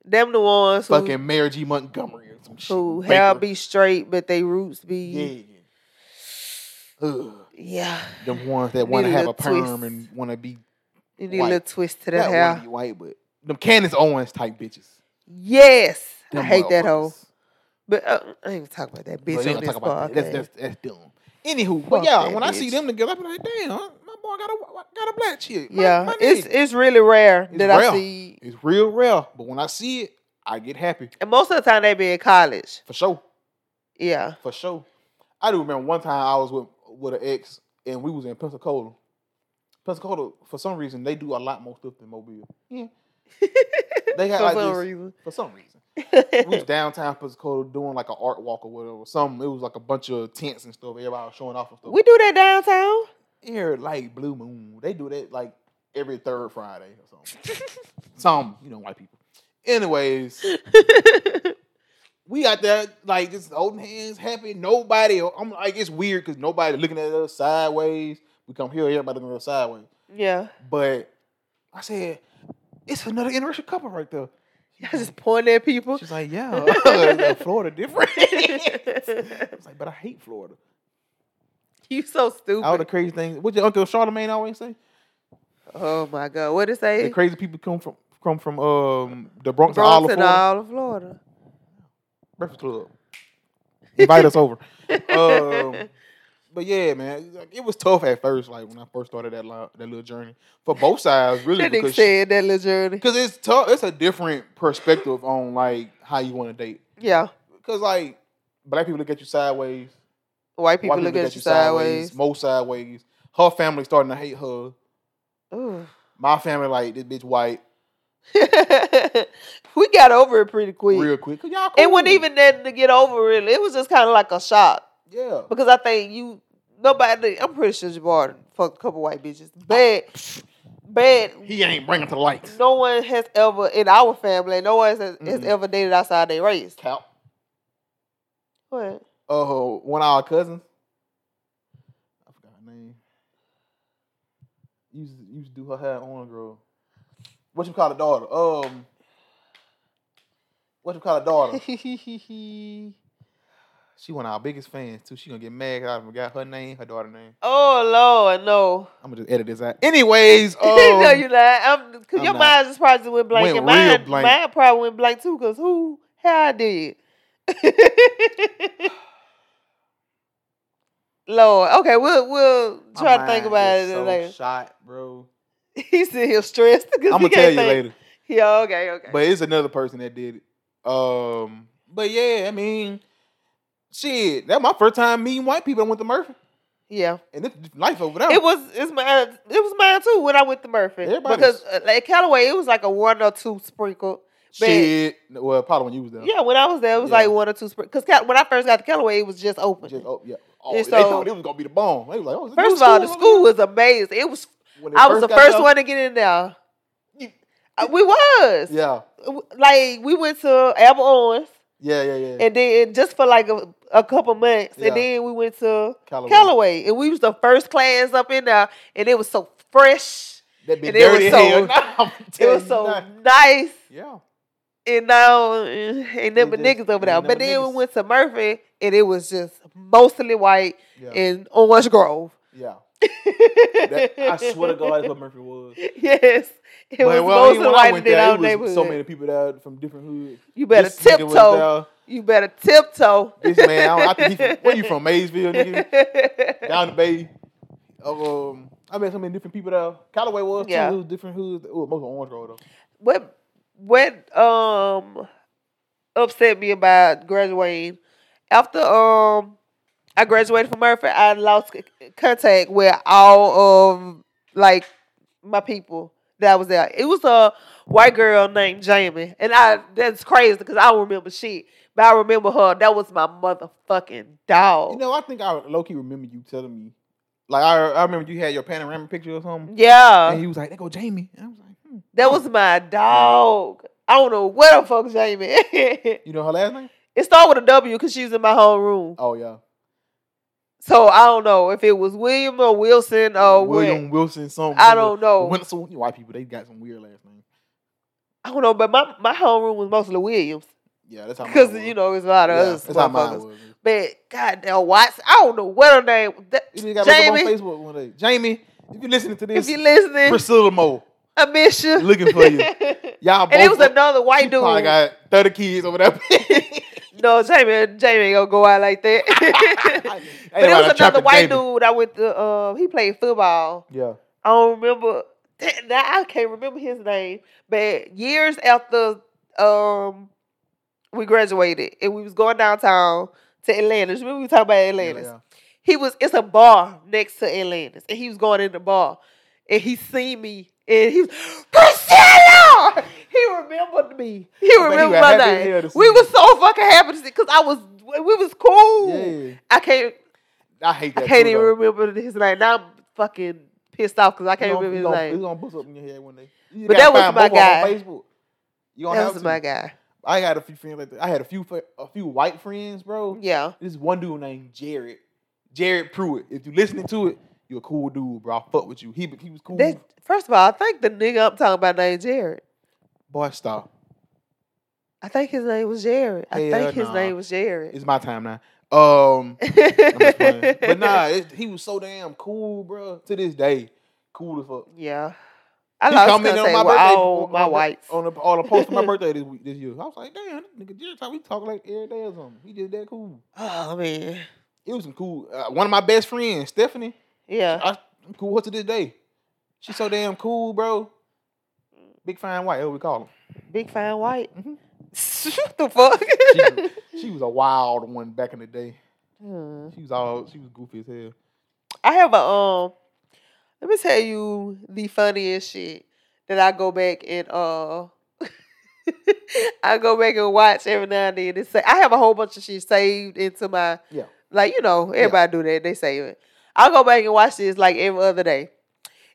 them the ones who, fucking Mary G. Montgomery or some shit. who Baker. hair be straight but they roots Yeah. be Ugh. yeah. Them ones that Need want a to have little a perm twist. and want to be You need White. a little twist to that not wanna hair. be white, but them Candace Owens type bitches. Yes, I Them hate motherfuckers. that hoe. But uh, I ain't gonna talk about that But bitch they on don't this talk about podcast. that. That's, that's that's dumb. Anywho, Fuck but yeah, that when I see bitch. them together, I be like, damn, my boy got a got a black chick. My- yeah, my it's nigga. it's really rare It's that rare. I see, it's real rare, but when I see it, I get happy and most of the time they be in college. for sure. Yeah, For sure. I do remember one time I was with with an ex and we was in Pensacola. Pensacola, for some reason, they do a lot more stuff than Mobile. Yeah. [laughs] They for had like some this, reason. for some reason. [laughs] We was downtown Pensacola doing like an art walk or whatever. Some it was like a bunch of tents and stuff. Everybody was showing off and stuff. We do that downtown. [laughs] Here, like Blue Moon. They do that like every third Friday or [laughs] something. some, you know, white people. Anyways, we out there like just holding hands, happy. Nobody, I'm like, it's weird because nobody looking at us sideways. We come here, everybody looking at us sideways. yeah. But I said, it's another interracial couple right there. I [laughs] just pointing at people. She's like, yeah, [laughs] like, Florida different. [laughs] I was like, but I hate Florida. [laughs] you so stupid. All the crazy things. What your uncle Charlemagne always say? oh my God. What The it say? crazy people come from come from um the Bronx, and all of Bronx and Florida. all of Florida. Breakfast [laughs] Club. Invite us over. Um, but yeah, man, like, it was tough at first, like when I first started that li- that little journey for both sides, really, That nigga because she- said that little journey. 'cause it's tough. It's a different perspective on like how you want to date, Yeah. because like black people look at you sideways, White people white look at you sideways. most sideways. Her family starting to hate her. Ooh. [laughs] My family like this bitch white we got over it pretty quick. real quick. 'Cause y'all It wasn't cool. even that to get over it. It was just kind of like a shock [laughs] yeah. because I think you nobody. I'm pretty sure Jabbar fucked a couple white bitches, but but He ain't bringing to the lights. no one has ever in our family. No one has, has Mm-mm. ever dated outside their race. Cap. What? uh, one of our cousins. I forgot her name. Used to, used to do her hair on girl. What you call a daughter? Um, what you call her [laughs] daughter. Oh. she one of our biggest fans too. She gonna get mad 'cause I forgot her name, her daughter name. oh Lord, no. I'm gonna just edit this out. [laughs] Anyways, um, no, you're not. I'm, cause I'm your not. mind just probably went blank, Went and real mine, blank. mine probably went blank too. Cause who? How I did? [laughs] Lord, okay, we'll we'll [sighs] my try to think mind about it is so later. Shot, [laughs] bro. He's still here stressed. I'm gonna tell you later. Yeah, okay, okay. But it's another person that did it. Um, but yeah, I mean, shit, that my first time meeting white people. I went to Murphy, yeah, and this life over there. it was it's my it was mine too when I went to Murphy Everybody's- because uh, like Callaway it was like a one or two sprinkle. shit. Well, probably when you was there. Yeah, when I was there it was Yeah. like one or two sprinkles because when I first got to Callaway it was just open. Just, oh, yeah. Oh, And they so- thought it was gonna be the bomb. They was like, oh, is this First new of all, the over school was amazing. It was. here? When it I was the got first there- one to get in there. You- Uh, We was. Yeah, Like we went to Albert Owens, yeah, yeah, yeah. and then just for like a, a couple months, Yeah. and then we went to Callaway. Callaway, and we was the first class up in there, and it was so fresh. That been and it was dirty as so- hell. Nah, [laughs] I'm [laughs] It telling was so you now. nice. Yeah. And now uh, ain't nothing but just- niggas over ain't nothing there. But but then niggas. we went to Murphy, and it was just mostly white Yeah. in Orange Grove. yeah. That- I swear to God, that's what Murphy was. [laughs] Yes. It But was well, most even when I white went in there, our it was neighborhood. So many people that from different hoods. you better This nigga was tiptoe. You better tiptoe. there. This man, I, don't- I think he from, where you [laughs] from, Maysville, nigga? Down the bay. Um, I met so many different people there. Callaway was too. Yeah. It was different hoods. Ooh, most of Orange Grove though. [laughs] what what um upset me about graduating after um I graduated from Murphy, I lost c- contact with all of like my people that was there. It was a white girl named Jamie, and I that's crazy because I don't remember shit, but I remember her. That was my motherfucking dog. You know, I think I low key remember you telling me. Like I, I remember you had your panorama picture or something. yeah, And he was like, "There go Jamie." And I was like, hmm. That was my dog. I don't know what the fuck Jamie. [laughs] it "You know her last name?" started with a W because she was in my whole room. Oh yeah, So I don't know if it was William or Wilson or William William. Wilson. Something. Oh, I don't know. When, so you white people, they got some weird last name. I don't know, but my, my whole room was mostly Williams Yeah, that's how. mine because was. you know it's a lot of Yeah, us that's how mine motherfuckers. was. But goddamn Watson, I don't know what her name. that- You just gotta Jamie. Jamie. look up on Facebook one day. Jamie, if you're listening to if this, you listening, Priscilla Moe, I miss you. looking for [laughs] you. and y'all both. it was another she white dude. Probably got thirty kids over [laughs] there. [laughs] No, Jamie, Jamie ain't gonna go out [laughs] like that. But it was another white dude I went to. Uh, he played football. Yeah, I don't remember. Now I can't remember his name. But years after um we graduated and we was going downtown to Atlantis. Remember we were talking about Atlantis? yeah, He was. It's a bar next to Atlantis, and he was going in the bar, and he seen me, and he was Priscilla. He remembered me. He bet he remembered was my happy as hell name. to see We you. was so fucking happy to see because I was. We was cool. yeah. I can't. I hate that. I can't too, even though. remember his name. Now I'm fucking pissed off because I can't You gonna- remember you his gonna- name. you gonna bust up in your head one day. You But gotta that was find my both of them guy. on Facebook. You gonna That have was to. my guy. I had a few friends like that. I had a few fr- a few white friends, bro. Yeah. This one dude named Jared, Jared Pruitt. If you listening to it, you a cool dude, bro. I fuck with you. He he was cool. That, first of all, I think the nigga I'm talking about named Jared. Boy, stop. I think his name was Jared. I Hell think his nah. name was Jared. It's my time now. Um, I'm just playing. [laughs] but nah, it, he was so damn cool, bro. To this day, cool as fuck. Yeah. I He lost commented contact with all on my the- whites. on the, all the post for my birthday this week, this year. I was like, damn, this nigga Jared, we talk like every day or something. He just that cool. Oh man. It was some cool. Uh, one of my best friends, Stephanie. [laughs] Yeah. I, I'm cool with her to this day. She's so damn cool, bro. Big fine white, that's what we call him. Big fine white. Mm-hmm. Mhm. [laughs] What the fuck? She, she was a wild one back in the day. [laughs] Hmm. She was all she was goofy as hell. I have a um. Let me tell you the funniest shit that I go back and uh. [laughs] I go back and watch every now and then. It's, I have a whole bunch of shit saved into my Yeah. like you know everybody do that they save it. I go back and watch this like every other day.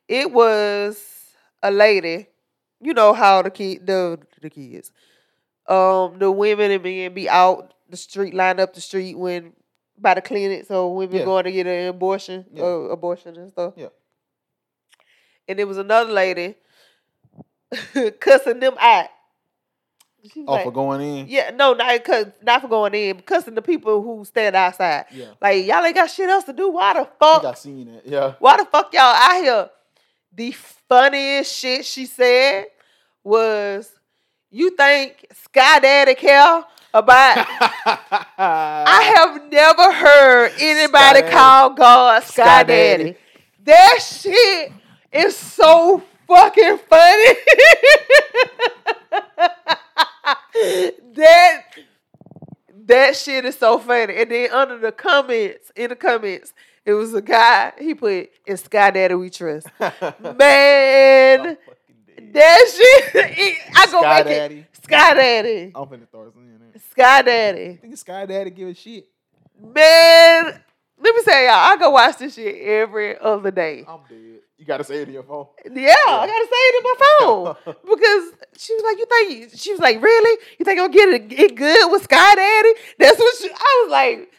It was a lady. You know how the kid the the kids, um, the women and men be out the street, line up the street when by the clinic, so women Yeah. going to get an abortion, Yeah. uh, abortion and stuff. Yeah. [laughs] And it was another lady cussing them out. She was off like, of going in. yeah, no, not cause, not for going in, but cussing the people who stand outside. Yeah. Like y'all ain't got shit else to do. Why the I fuck? think I seen it. Yeah. Why the fuck y'all out here? The funniest shit she said was, "You think Sky Daddy care about?" [laughs] [laughs] I have never heard anybody Daddy. call God Sky, Sky Daddy. Daddy. That shit is so fucking funny. [laughs] that that shit is so funny. And then under the comments, in the comments, it was a guy. He put, "In Sky Daddy we trust." Man, that shit. [laughs] I go Sky back. Daddy. Daddy. Oh. Sky Daddy. I'm finna throw something in there. Sky Daddy. I think Sky Daddy give a shit. Man, let me tell y'all, I go watch this shit every other day. I'm dead. You gotta say it in your phone. Yeah, I gotta say it in my phone because she was like, "You think?" you-" She was like, "Really? You think I'm gonna get it, it good with Sky Daddy?" That's what she. I was like,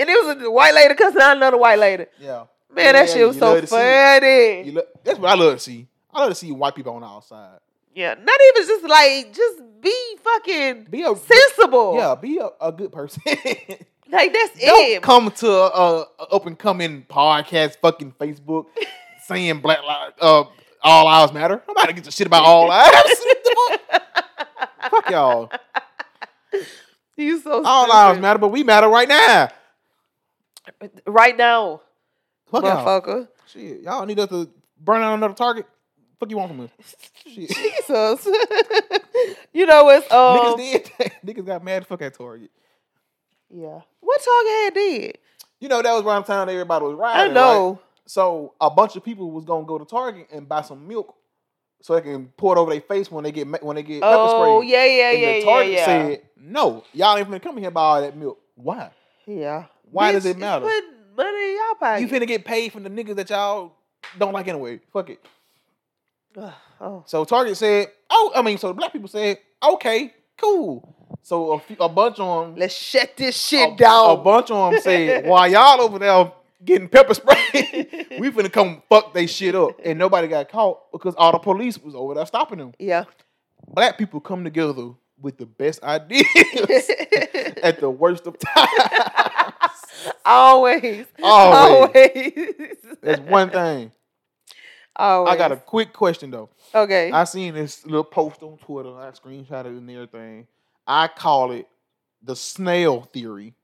and it was a white lady cussing out another white lady. [laughs] Yeah. Man, that Yeah, shit was you so love to see it. You funny. look, that's what I love to see. I love to see white people on the outside. Yeah, not even just like just be fucking Be a sensible. yeah, be a, a good person. [laughs] like that's Don't it. come to a, a up and coming podcast, fucking Facebook, saying black lives, uh, all lives matter. Nobody gives a shit about all lives. What the fuck? fuck y'all. you so All stupid. lives matter, but we matter right now. right now, Fuck y'all. motherfucker. Shit, y'all need us to burn out another target. Fuck you want from us? Shit. Jesus. [laughs] you know it's um Niggas did. that. [laughs] Niggas got mad. Fuck at Target. yeah. What Target had did? You know that was around the time everybody was I riding. right? know. So a bunch of people was gonna go to Target and buy some milk, so they can pour it over their face when they get ma- when they get pepper spray. Oh yeah, yeah, and yeah, the yeah, Target yeah. said, "No, y'all ain't finna come here and buy all that milk. Why? yeah. Why does Bitch, it matter? Put money in y'all pocket. You finna get paid from the niggas that y'all don't like anyway. Fuck it." Ugh, oh. So Target said, "Oh, I mean, so the black people said, okay, cool." So a, few, a bunch on Let's shut this shit [laughs] a, down. a bunch of them said, "While y'all over there getting pepper spray, [laughs] we finna come fuck they shit up." And nobody got caught because all the police was over there stopping them. yeah. Black people come together with the best [laughs] ideas at the worst of times. [laughs] [laughs] Always. Always. That's one thing. [laughs] Always. I got a quick question though. Oh, Okay. I seen this little post on Twitter. I screenshot it and everything. I call it the snail theory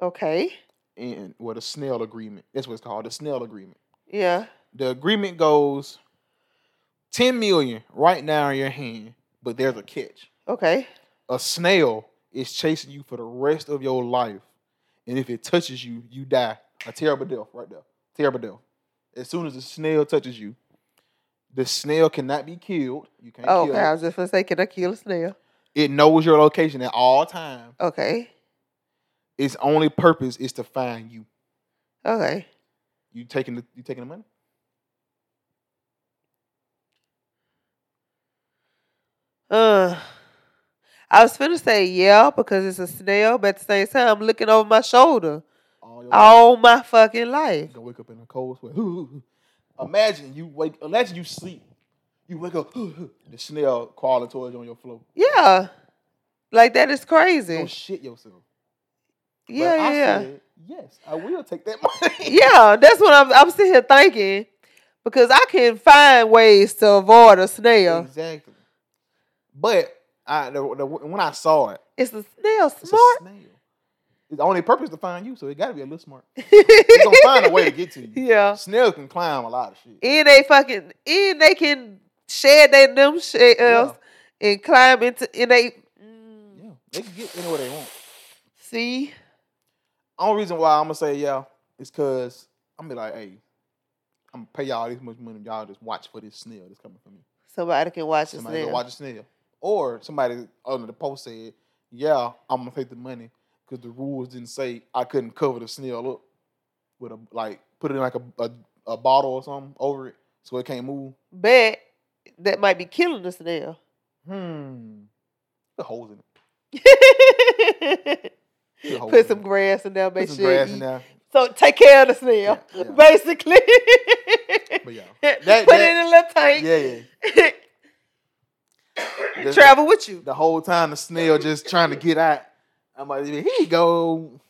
okay. and well, the snail agreement. That's what it's called, the snail agreement. Yeah. the agreement goes 10 million right now in your hand, but there's a catch. Okay. A snail is chasing you for the rest of your life. And if it touches you, you die. A terrible death right there. Terrible death. As soon as the snail touches you, the snail cannot be killed. You can't Oh, kill okay. I was just gonna say, can I kill a snail? it. It knows your location at all times. Okay. Its only purpose is to find you. Okay. You taking the you taking the money? Uh, I was finna say yeah because it's a snail, but at the same time, I'm looking over my shoulder All your all my fucking life. You gonna wake up in a cold sweat. [laughs] Imagine you wake. Imagine you sleep. You wake up. [gasps] the snail crawling towards you on your floor. Yeah, like that is Don't crazy. shit yourself. But Yeah, I yeah, yeah. said, yes, I will take that [laughs] money. yeah. That's what I'm. I'm sitting here thinking because I can find ways to avoid a snail. Exactly. But I the, the, when I saw it, It's a snail it's smart. a snail. It's the only purpose to find you, so it got to be a little [laughs] smart. It's gonna find a way to get to you. yeah, Snail can climb a lot of shit. and they fucking and they can shed their them shells and climb into and they mm, Yeah, they can get anywhere they want. see. only reason why I'm gonna say yeah is because I'm be like, hey, I'm gonna pay y'all this much money. Y'all just watch for this snail that's coming from me. Somebody can watch a Somebody snail. go watch a snail, or somebody under the post said, yeah, I'm gonna take the money because the rules didn't say I couldn't cover the snail up with a like put it in like a a, a bottle or something over it so it can't move. but that might be killing [laughs] the snail. Hmm. Put holes in it. holes Put in some it. grass in there, Put make some sure. it grass eat. in there. So take care of the snail, Yeah, yeah. basically. But yeah, [laughs] Put it in a little yeah, tank. yeah. The- [laughs] travel with you. The whole time the snail just trying to get out. I'm like, here you go,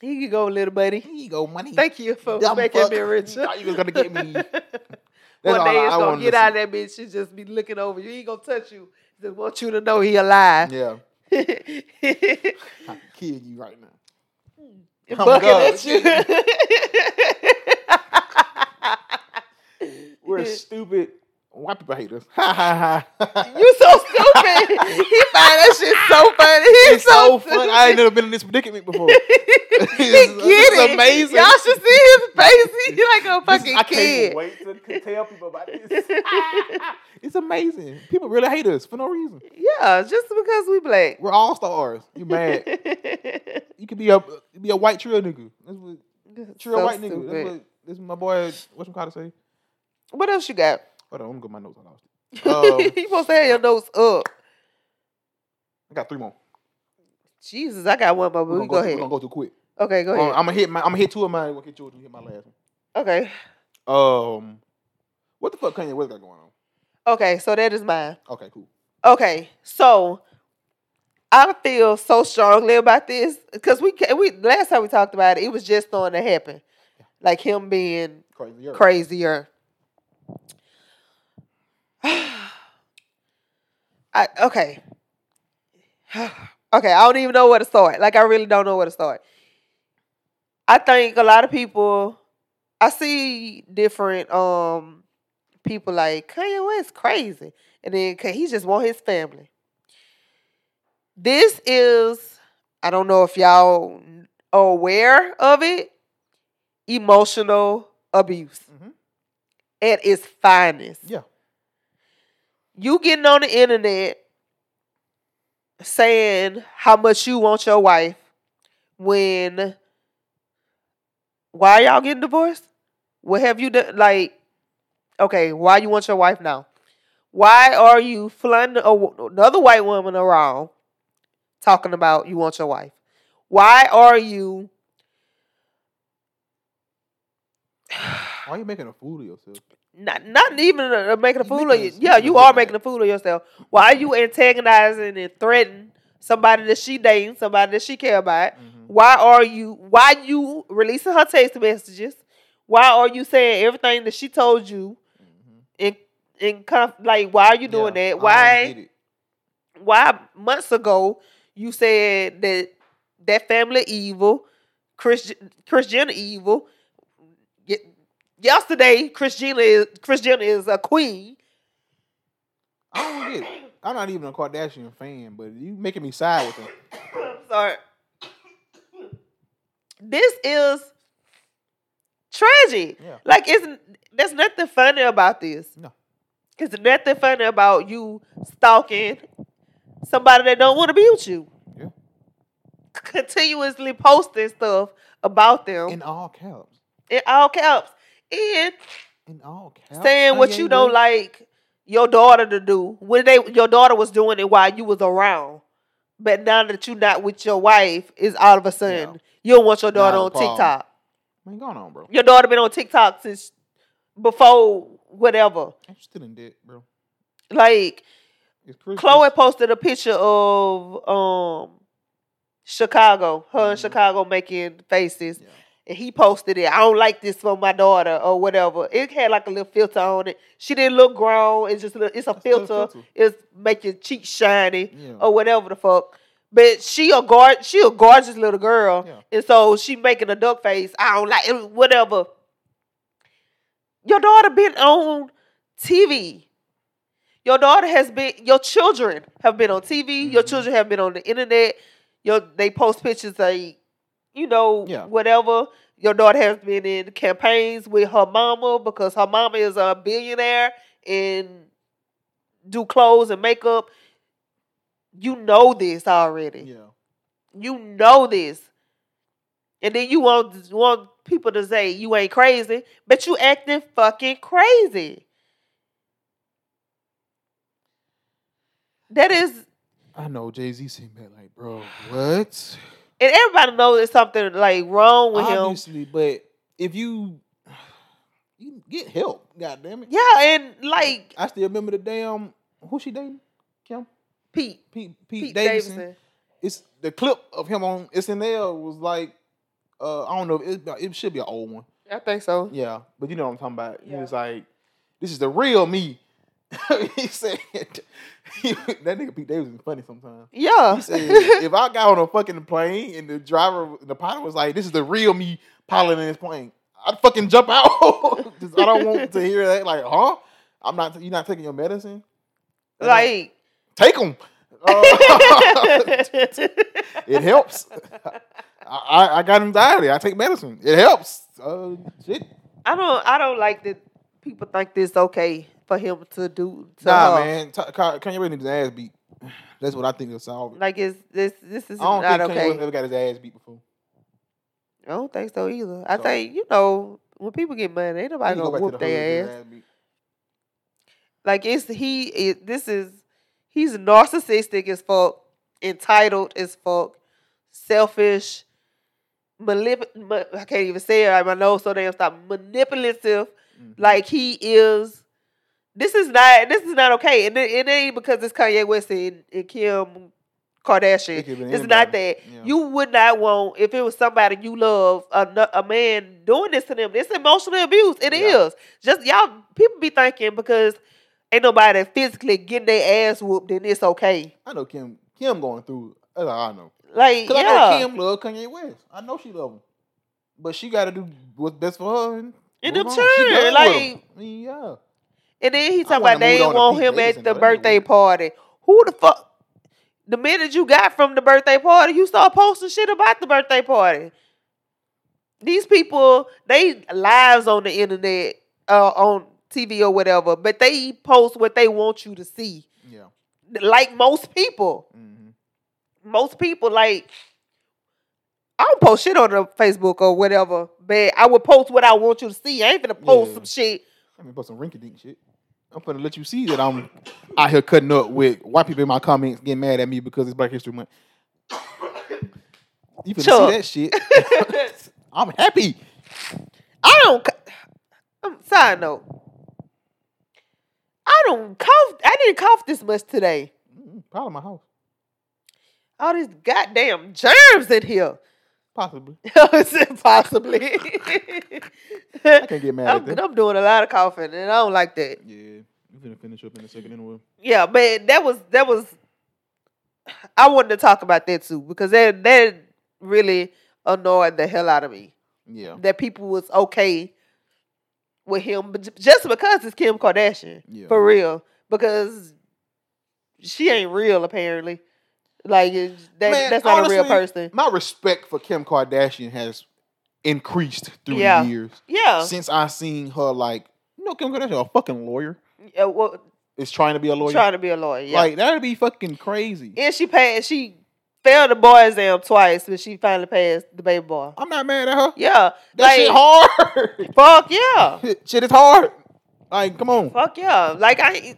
Here you go, little buddy. here you go, money. Thank you for Dumb making fuck. me rich. You thought you was gonna get [laughs] me. One That's day all I- it's I gonna wanted to get out of that bitch. She just be looking over you. He ain't gonna touch you. Just want you to know he alive. see. Yeah, [laughs] Bucking I can kill you right now. Oh my God. at [laughs] [laughs] you. We're stupid. White people [laughs] hate us. Ha ha ha. You so stupid. he find that shit so funny. He's It's so stupid. fun. I [laughs] ain't never been in this predicament [laughs] before. [laughs] he It's- get it's it. amazing. Y'all should see his face. [laughs] He like This a is- fucking I kid. can't wait to c- tell people about [laughs] this. [laughs] it's amazing. People really hate us for no reason. yeah, just because we [laughs] black. We're all stars. You mad? you could be a be a white trail nigga. That's what trail So white nigga. stupid. That's what this is my boy. What's called to say? What else you got? [laughs] Hold on, let me go my notes. I lost it. you Um, supposed to have your notes up. I got three more. Jesus, I got one more, but We're we gonna go go, ahead. We're gonna go too quick. okay, go ahead. I'm gonna hit my. I'm gonna hit two of mine. We'll get yours. We hit my last okay. one. Um, what the fuck Kanye West got going on? Okay, so that is mine. Okay, cool. Okay, so I feel so strongly about this because we ca- we last time we talked about it, it was just starting to happen, like him being Crazy. Earth. crazier. [sighs] I okay, [sighs] okay. I don't even know where to start. Like I really don't know where to start. I think a lot of people. I see different um people like Kanye West crazy, and then 'cause he just want his family. This is I don't know if y'all aware of it. Emotional abuse Mhm. at its finest. Yeah. You getting on the internet saying how much you want your wife when why y'all getting divorced? What have you done? Like, okay, why you want your wife now? Why are you flung a wo- another white woman around talking about you want your wife? Why are you? Why are you making a fool of yourself? not not even uh, making a You fool of making you. a- you Yeah, making a you are bad- making a fool of yourself. Why are you antagonizing and threatening somebody that she dating, somebody that she care about? Mhm. Why are you why you releasing her text messages? Why are you saying everything that she told you Mhm. in in conf- like why are you doing Yeah, I that? don't Why get it. why months ago you said that that family evil, Chris Christiana evil. Ye- Yesterday, Christina is Christina is a queen. I don't get it. I'm not even a Kardashian fan, but you making me side with them. I'm sorry. This is tragic. Yeah. Like it's there's nothing funny about this. No. There's nothing funny about you stalking somebody that don't want to be with you. Yeah. C- Continuously posting stuff about them In all caps. in all caps. And In all caps. saying what Kanye you don't West. like your daughter to do when they your daughter was doing it while you was around. But now that you're not with your wife, is all of a sudden Yeah. you don't want your Not daughter a on problem. TikTok. Man, going on, bro. Your daughter been on TikTok since before whatever. I'm still in debt, bro. Like It's Christmas. Chloe posted a picture of um Chicago, her in Mhm. Chicago making faces. Yeah. and he posted it. I don't like this for my daughter or whatever. It had like a little filter on it. She didn't look grown. It's just a little, it's a That's still a filter. It's make your cheeks shiny Yeah. or whatever the fuck. But she a guard, she a gorgeous little girl, Yeah. and so she making a duck face. I don't like it, whatever. Your daughter been on TV. Your daughter has been. Your children have been on TV. Your Mhm. children have been on the internet. Your they post pictures like, you know, Yeah. whatever. Your daughter has been in campaigns with her mama because her mama is a billionaire and do clothes and makeup. You know this already. Yeah. You know this. And then you want want people to say you ain't crazy, but you acting fucking crazy. That is, I know Jay Z sitting back like, bro, [sighs] what? and everybody knows there's something like wrong with him. Obviously, but if you [sighs] you get help, god damn it. Yeah, and like I still remember the damn who she dating? Kim? Pete. Pete, Pete, Pete, Davidson. Davidson. It's the clip of him on SNL was like, uh, I don't know, it, it should be an old one. I think so. Yeah, but you know what I'm talking about. He Yeah. was like, "This is the real me." [laughs] he said, [laughs] "That nigga Pete Davidson is funny sometimes." Yeah. He said, [laughs] "If I got on a fucking plane and the driver, the pilot was like, this is the real me piloting this plane,' I'd fucking jump out [laughs] 'Cause I don't want to hear that. Like, huh? I'm not. You're not taking your medicine. And I'm like. [laughs] take them. [laughs] it helps. I, I, I got anxiety. I take medicine. It helps. Uh, shit. I don't. I don't like that. People think this okay for him to do. To Nah, her. man. T- Ka- Kanye West needs his ass beat. That's what I think will solve it. Like it's this. This is I don't not think Kanye okay. West ever got his ass beat before. I don't think so either. I So- think you know when people get money, ain't He nobody can go back gonna to whoop the hood and their get ass. his beat. Like it's he. It, this is he's narcissistic as fuck, entitled as fuck, selfish, manip. Ma- I can't even say it. Right, my nose so damn stop manipulative. Mhm. Like he is. This is not. This is not okay. And it, it ain't because it's Kanye West and, and Kim Kardashian. It could've been It's not anybody. that. Yeah. You would not want if it was somebody you love, a, nu- a man doing this to them. It's emotional abuse. It is Yeah. just y'all. People be thinking because ain't nobody physically getting their ass whooped, then it's okay. I know Kim. Kim going through. it. That's all I know. Like Cause yeah, I know Kim love Kanye West. I know she love him, but she got to do what's best for her. And, And move them on. She done children, with him. like- I mean, yeah. And then he I talking wanna about they move on ain't to want Pete him Davidson, at though. the That nigga birthday weird. party. Who the fuck? The minute you got from the birthday party, you start posting shit about the birthday party. These people, they lives on the internet, uh, on TV or whatever, but they post what they want you to see. Yeah. Like most people Mhm. most people like I don't post shit on the Facebook or whatever, but I would post what I want you to see. I ain't gonna post Yeah. some shit. I mean, put some rinky dink shit. I'm gonna let you see that I'm out here cutting up with white people in my comments getting mad at me because it's Black History Month. You finna Chuck. [laughs] see that [laughs] shit. I'm happy. I don't. c- Um, side note, I don't cough. I didn't cough this much today. Mm, Probably my house. All these goddamn germs in here. [laughs] Possibly. Possibly. I can't get mad at [laughs] I'm, that. I'm doing a lot of coughing, and I don't like that. Yeah. You finna finish up in a second anyway. Yeah, but that was that was. I wanted to talk about that too because that that really annoyed the hell out of me Yeah. that people was okay with him but ju- just because it's Kim Kardashian Yeah. for real because she ain't real apparently. Like it's- that, Man, that's not a real honestly, person. My respect for Kim Kardashian has increased through Yeah. Oh. the years Yeah. since I seen her. Like, you know, Kim Kardashian, a fucking lawyer, Yeah, well, is trying to be a lawyer. trying to be a lawyer. Yeah. Like, that'd be fucking crazy. and she passed. She failed the bar exam twice, but she finally passed the baby bar. I'm not mad at her. Yeah. That shit like, hard. [laughs] fuck yeah. shit is hard. Like, come on. She Fuck yeah. Like I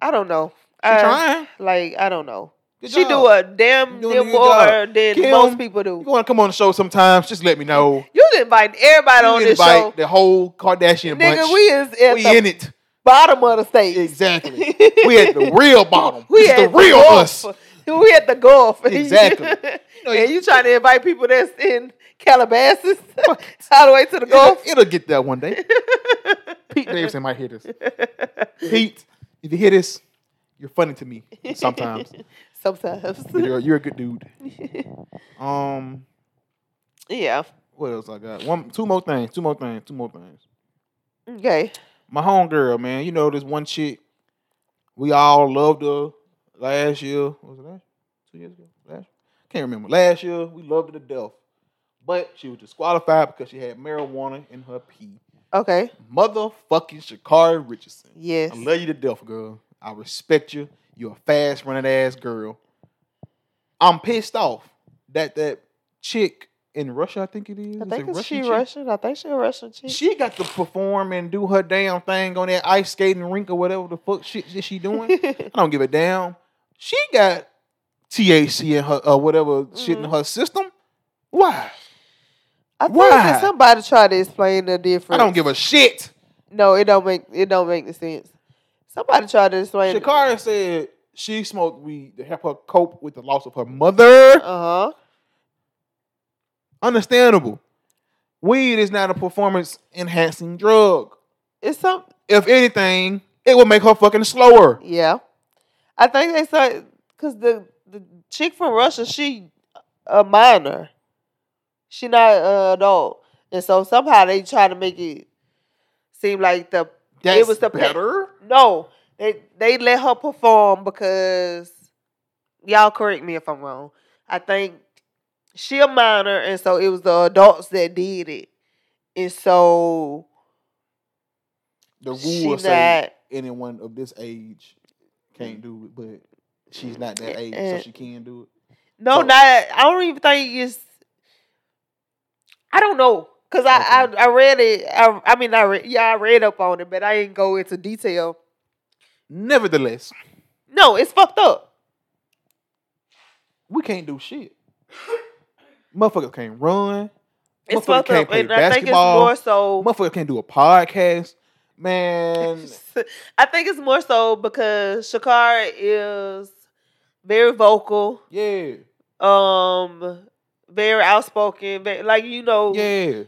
I don't know. I, trying. Like I don't know. Good she job. do a damn You doing a deal good more job. than Kim, most people You do. want to come on the show sometimes? Just let me know. You invite everybody on You this invite show. the whole Kardashian Nigga, bunch. we is at We the in it. bottom of the state. [laughs] Exactly. we at the real bottom. We We at the real us. Gulf. We at the Gulf. [laughs] Exactly. know, and you- you trying to invite people that's in Calabasas [laughs] all the way to the It'll, Gulf. it'll get there one day. Pete Davidson might hear this. Pete, if you hear this, you're funny to me [laughs] sometimes. [laughs] Sometimes. But you're, you're a good dude. Um, [laughs] yeah. what else I got? One, two more things. Two more things. Two more things. Okay. my homegirl, man. You know this one chick. We all loved her last year. What was it last? Two years ago? Last? Can't remember. Last year, we loved her to death. But she was disqualified because she had marijuana in her pee. Okay. Motherfucking Shakari Richardson. Yes. I love you to death, girl. I respect you. You're a fast running ass girl. I'm pissed off that that chick in Russia, I think it is. a I think it's she chick. Russian. I think she a Russian chick. She got to perform and do her damn thing on that ice skating rink or whatever the fuck shit that she [laughs] doing. I don't give a damn. She got THC in her uh, whatever shit in Mhm. her system. Why? I think Why? that somebody tried to explain the I difference. don't give a shit. No, it don't make it don't make the sense. Somebody tried to explain. Shakira said she smoked weed to help her cope with the loss of her mother. Uh huh. Understandable. Weed is not a performance enhancing drug. It's some. If anything, it will make her fucking slower. Yeah, I think they said because the the chick from Russia, she a minor. She not an adult, and so somehow they try to make it seem like the That's was the pa- better. no they they let her perform because y'all correct me if I'm wrong. I think she a minor, and so it was the adults that did it, and so the she rules say not. anyone of this age can't do it, but she's not that age, so And- she can do it. No, So- not. I don't even think it's. I don't know, cause I I, I read it. I, I mean, I read, yeah, I read up on it, but I didn't go into detail. Nevertheless, No, it's fucked up. we can't do shit. Motherfuckers can't run. It's Motherfucker fucked can't up, play and I think it's basketball. more so. Motherfuckers can't do a podcast. Man, [laughs] I think it's more so because Shakar is very vocal, yeah, um, very outspoken, ve- like you know, yeah. you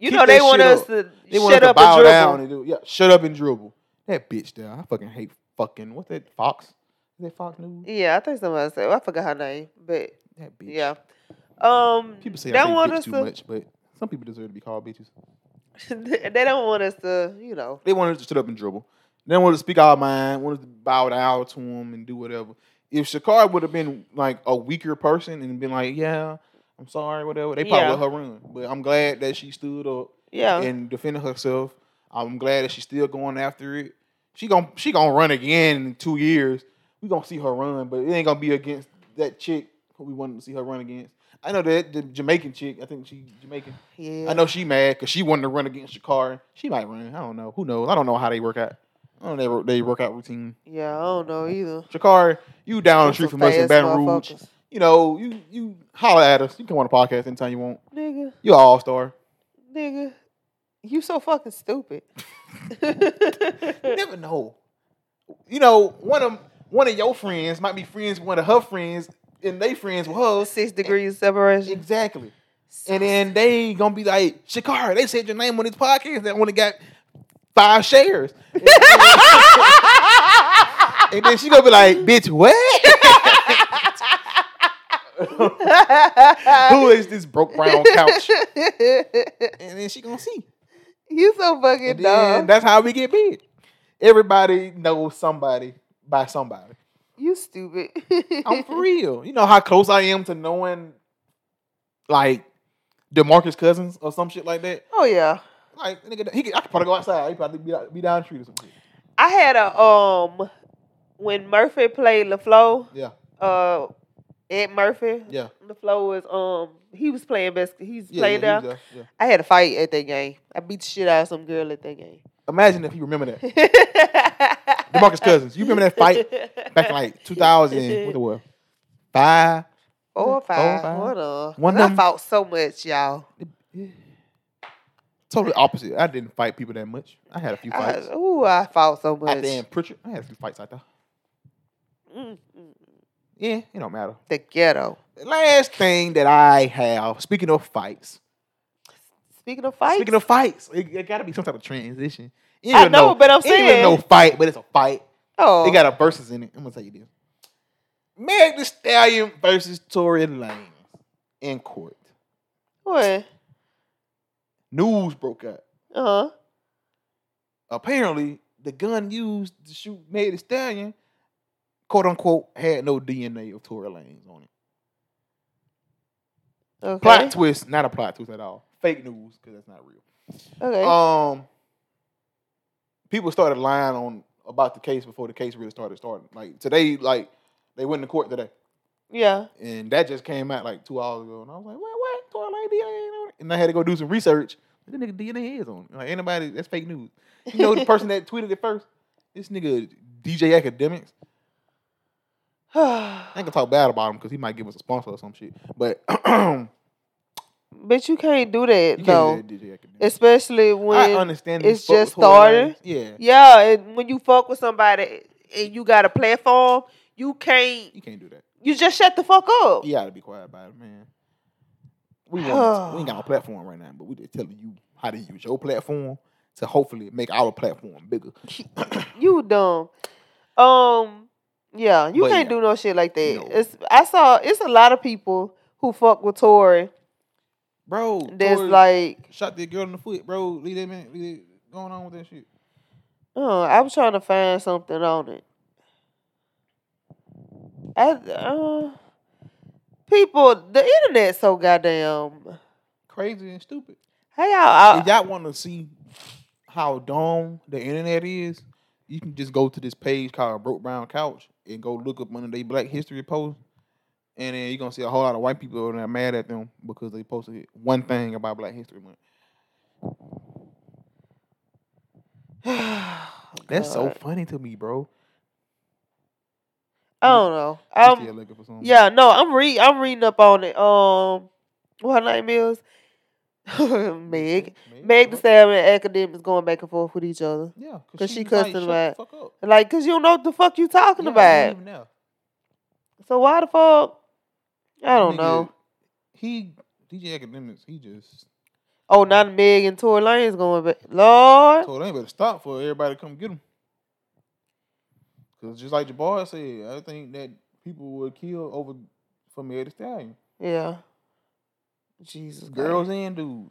Keep know they that want shit us up. to They want us shut to up and bow dribble. down and do yeah. Shut up and dribble. That bitch there. I fucking hate fucking. What's that? Fox? Is that Fox News? Yeah, I think somebody said I forgot her name, but That bitch. yeah, um, People say they I hate want bitch us too to. much, but some people deserve to be called bitches. [laughs] they don't want us to, you know. They wanted to sit up and dribble. They wanted to speak our mind, wanted to bow down to him and do whatever. If Shakar would have been like a weaker person and been like, yeah, I'm sorry, whatever, they probably Yeah. let her run. But I'm glad that she stood up Yeah, and defended herself. I'm glad that she's still going after it. She gon' she gonna run again in two years. We gonna see her run, but it ain't gonna be against that chick who we wanted to see her run against. I know that the Jamaican chick. I think she Jamaican. yeah. I know she mad because she wanted to run against Shakar. She might run. I don't know. Who knows? I don't know how they work out. I don't know they work out routine. Yeah, I don't know either. Shakar, you down the Them street some from us in fast Baton Rouge. motherfuckers. You know, you you holler at us. You come on the podcast anytime you want. nigga, You're all star. nigga, you so fucking [laughs] stupid. You never know. You know, one of one of your friends might be friends with one of her friends, and they friends with hers. Six degrees separation. Exactly. And then they gonna be like, Shakar, they said your name on this podcast. They only got five shares. And then- and then she gonna be like, [laughs] bitch, what? [laughs] [laughs] Who is this broke brown couch? And then she gonna see. [laughs] you so fucking And then dumb. that's how we get big. Everybody knows somebody by somebody. you stupid. I'm for real. You know how close I am to knowing like Demarcus Cousins or some shit like that. oh yeah. Like nigga, he could, I could probably go outside. He probably be, out- be down the street or some shit. I had a um when Murphy played LaFleur, Yeah, uh Ed Murphy. yeah. LaFleur was um he was playing best he's yeah, playing yeah, there. he was there, yeah. I had a fight at that game. I beat the shit out of some girl at that game. Imagine if you remember that. Demarcus Cousins, you remember that [laughs] fight back in like 2000, what the world? Five. Four or five. five. Oh, Hold on. One One [laughs] I of 'em- fought so much, y'all. Totally opposite. I didn't fight people that much. I had a few I, fights. ooh, I fought so I, much. damn Pritchard. I had a few fights out there. Mm, mm, Yeah, it don't matter. The ghetto. The last thing that I have, speaking of fights, Speaking of fights. Speaking of fights, it, it got to be some type of transition. You I ain't know, but I'm it ain't even saying- no fight, but it's a fight. oh, It got a versus in it. I'm gonna tell you this: Meg The Stallion versus Tory Lanez in court. what? News broke out. Uh huh. Apparently, the gun used to shoot Meg The Stallion, quote unquote, had no DNA of Tory Lanez on it. Okay. Plot twist, not a plot twist at all. Fake news because that's not real. Okay. um people started lying on about the case before the case really started starting. Like today, like they went to court today. yeah. [sighs] And that just came out like two hours ago. And I was like, what what? Tory Lane DNA ain't on it. And I had to go do some research. But the nigga DNA is on it. Like anybody that's fake news. You know the person that tweeted it first? This nigga DJ Academics. I ain't gonna talk bad about him because he might give us a sponsor or some shit. But [clears throat] you can't but you can't do that do though, that to DJ Academics. especially when I understand it's you fuck just with Tory Lanez. Yeah. yeah, and when you fuck with somebody and you got a platform, you You can't. You can't do that. You just shut the fuck up. You gotta be quiet about it, man. We [sighs] want, we ain't got a platform right now, but we just telling you how to use your platform to hopefully make our platform bigger. You dumb. Um. Yeah, you But can't yeah. do no shit like that. No. It's I saw it's a lot of people who fuck with Tory Bro, that's Tory like shot that girl in the foot, bro. Leave that man leave that, going on with that shit. Uh, I was trying to find something on it. I uh, people, the internet so goddamn. Crazy and stupid. How y'all? if y'all want to see how dumb the internet is, you can just go to this page called Broke Brown Couch and go look up one of their Black History posts, and then you're gonna see a whole lot of white people over there mad at them because they posted one thing about Black History Month. I, [sighs] [sighs] That's so God. funny to me, bro. I don't know. You Um, still looking for something? Yeah, no, I'm read I'm reading up on it. Um what her name is? [laughs] Meg. Meg the Meg. Stallion and academics going back and forth with each other. Yeah, 'Cause she she's cussed like, him "Shut the out." Fuck up. Like, cause you don't know what the fuck you talking Yeah, about. leave now. So why the fuck? I don't Nigga, know. He DJ Academics. He just Oh, not Meg and Tory Lane's going back. Lord. So they better stop for everybody to come get them. Cause just like Jabbar said, I think that people were killed over from Eddie Stallion, Yeah. Jesus Christ. girls and dudes.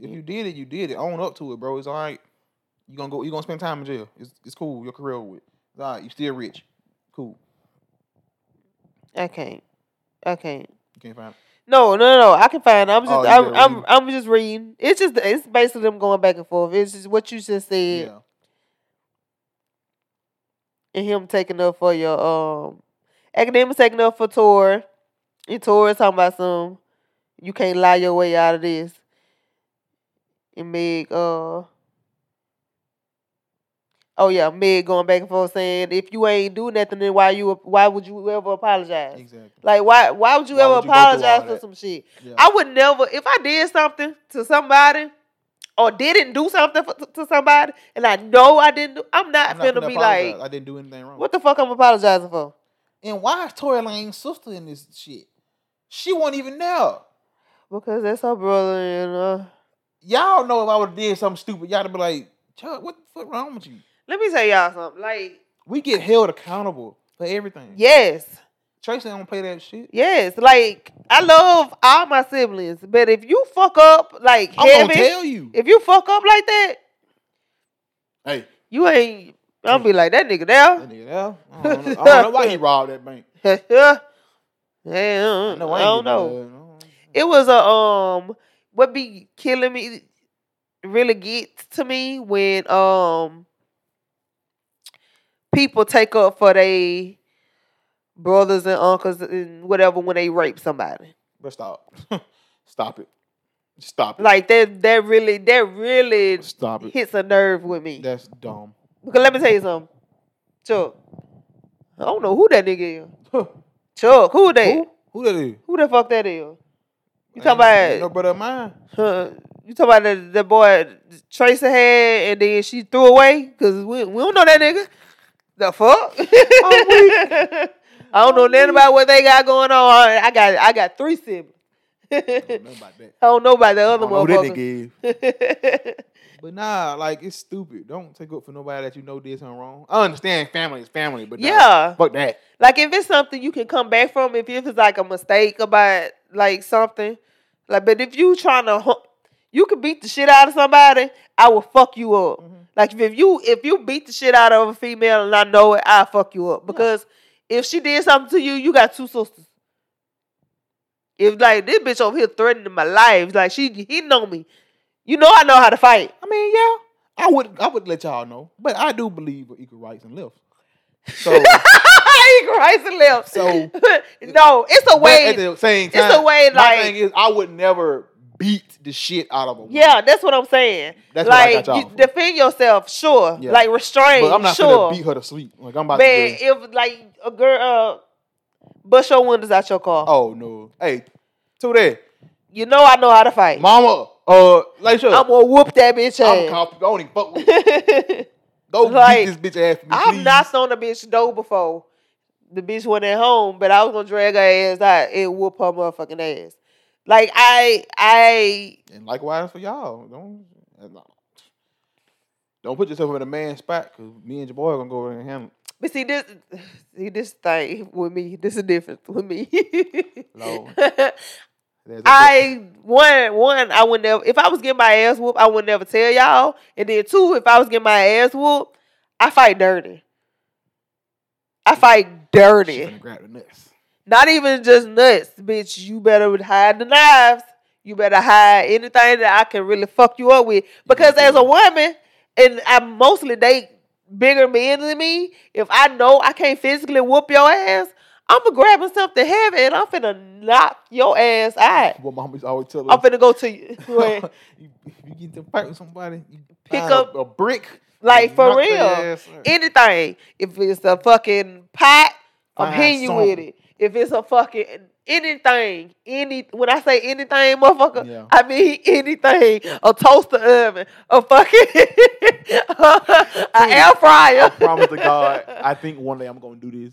If you did it, you did it. Own up to it, bro. It's all right. You gonna go. You gonna spend time in jail. It's it's cool. Your career with. It's all right. You still rich. Cool. I can't. I can't. You can't find. It. No, no, no. I can find. it. I'm just, Oh, you I'm, good I'm, I'm just reading. It's just, it's basically them going back and forth. It's just what you just said. Yeah. and him taking up for your um academics taking up for tour. And tour is talking about some you can't lie your way out of this. And Meg uh Oh yeah, Meg going back and forth saying if you ain't do nothing then why you why would you ever apologize? Exactly. Like why why would you Why ever would you go through all apologize for that? some shit? Yeah. I would never if I did something to somebody or didn't do something for, to, to somebody and I know I didn't do I'm not, I'm not finna finna be apologize. like I didn't do anything wrong. what the fuck I'm apologizing for? And why is Tory Lane's sister in this shit? She wasn't even there. Because that's her brother and uh y'all know if I would have did something stupid, y'all'd be like, Chuck, what the fuck wrong with you? let me tell y'all something. Like We get held accountable for everything. yes. Tracy don't play that shit. Yes. Like I love all my siblings. But if you fuck up like I'm heavy gonna tell you. if you fuck up like that, Hey, you ain't I'm be like that nigga there. [laughs] that nigga there. I don't, know, I don't know why he robbed that bank. yeah, I know I ain't getting don't know. blood. I don't know. It was a um what be killing me really gets to me when um people take up for they brothers and uncles and whatever when they rape somebody. But stop. [laughs] stop it. Stop it. Like that that really that really stop it. hits a nerve with me. That's dumb. [laughs] Because let me tell you something. Chuck. I don't know who that nigga is. Chuck, who that? Who? Who that is? Who the fuck that is? You Ain't- talking ain't about no brother of mine? [laughs] Huh. You talking about the, the boy Tracer had and then she threw away? Because we, we don't know that nigga. The Oh, fuck? [laughs] I don't know nothing about what they got going on. I got I got three siblings. I don't know I about that. don't know about the Oh, I other don't know who that motherfucker. nigga is. But nah, like it's stupid. Don't take up for nobody that you know did something wrong. I understand family is family, but nah, [laughs] yeah. fuck that. Like if it's something you can come back from, if if it's like a mistake about like something, like but if you trying to, hu- you can beat the shit out of somebody. I will fuck you up. Mhm. Like if you if you beat the shit out of a female and I know it, I fuck you up because if she did something to you, you got two sisters. If like this bitch over here threatening my life, like she he know me, you know I know how to fight. [laughs] I mean, yeah, I would I would let y'all know, but I do believe in equal rights and left. [laughs] So, Christ and left. So- [laughs] no, it's a but way. at the same it's a time, way, my like- thing is, I would never beat the shit out of a woman. Yeah, that's what I'm saying. That's what I got like, y'all you for. defend yourself, sure. Yeah. Like restrain, but I'm not sure. gonna beat her to sleep. Like I'm but about to. Just, if like a girl, uh, bust your windows out your car. oh no, hey, to that, You know I know how to fight. mama, uh, like sure, I'm gonna whoop that bitch I'm ass. [laughs] call people. I don't even fuck with. you. i Go Like, beat this bitch ass for me, have please. knocked on a bitch door before. the bitch went at home, but I was gonna drag her ass out and whoop her motherfucking ass. Like I I And likewise for y'all. Don't uh, don't put yourself in a man's spot because me and your boy are gonna go over there and handle it. but see this [sighs] see this thing with me, this is different with me. [laughs] Lord. There's a- I one one I would never if I was getting my ass whooped, I would never tell y'all. And then two, if I was getting my ass whooped, I fight dirty. I fight She dirty. finna grab the nuts. Not even just nuts, bitch. You better would hide the knives. You better hide anything that I can really fuck you up with. Because as a woman, and I mostly date bigger men than me, if I know I can't physically whoop your ass, I'm going to grabbing something heavy and I'm finna knock your ass out. What mama used to always tell I'm us. finna go [laughs] to you. Like, you, you get into a fight with somebody, you Pick find a- up- a, brick. Like and for knock their real. ass out. [laughs] Anything. If it's a fucking pot, I'm Find hitting you with something. it. If it's a fucking anything, any when I say anything, motherfucker, Yeah. I mean anything. A toaster oven, a fucking [laughs] a air fryer. I promise to God, I think one day I'm gonna do this.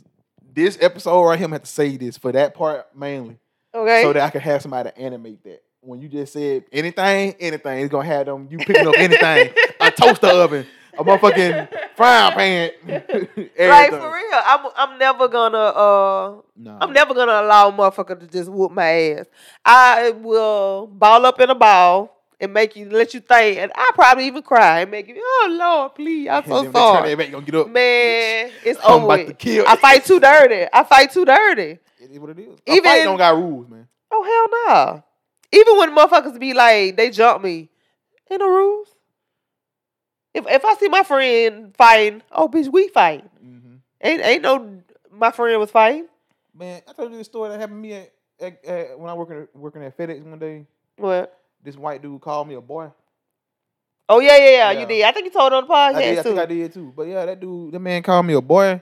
This episode right here, I'm gonna have to say this for that part mainly, [laughs] okay. so that I can have somebody to animate that. When you just said anything, anything, it's gonna have them. You picking up [laughs] anything, a toaster oven, a motherfucking frying pan. [laughs] like everything. for real. I'm I'm never gonna uh Nah. I'm never gonna allow a motherfucker to just whoop my ass. I will ball up in a ball and make you let you think, and I probably even cry and make you, oh Lord, please, [laughs] And I'm then so they turn sorry, their back, gonna get up. man. It's I'm over. about with. to kill I this. fight too dirty. I fight too dirty. It is what it is. Even- a fight don't got rules, man. Oh hell no! Even when motherfuckers be like, they jump me, ain't no rules. If if I see my friend fighting, oh bitch, we fight. hmm Ain't ain't no my friend was fighting. Man, I told you the story that happened to me at, at, at when I working working at FedEx one day. What? This white dude called me a boy. Oh yeah, yeah, yeah, Yeah. You did. I think you told on the podcast I, did, I too. think I did too. But yeah, that dude, that man called me a boy,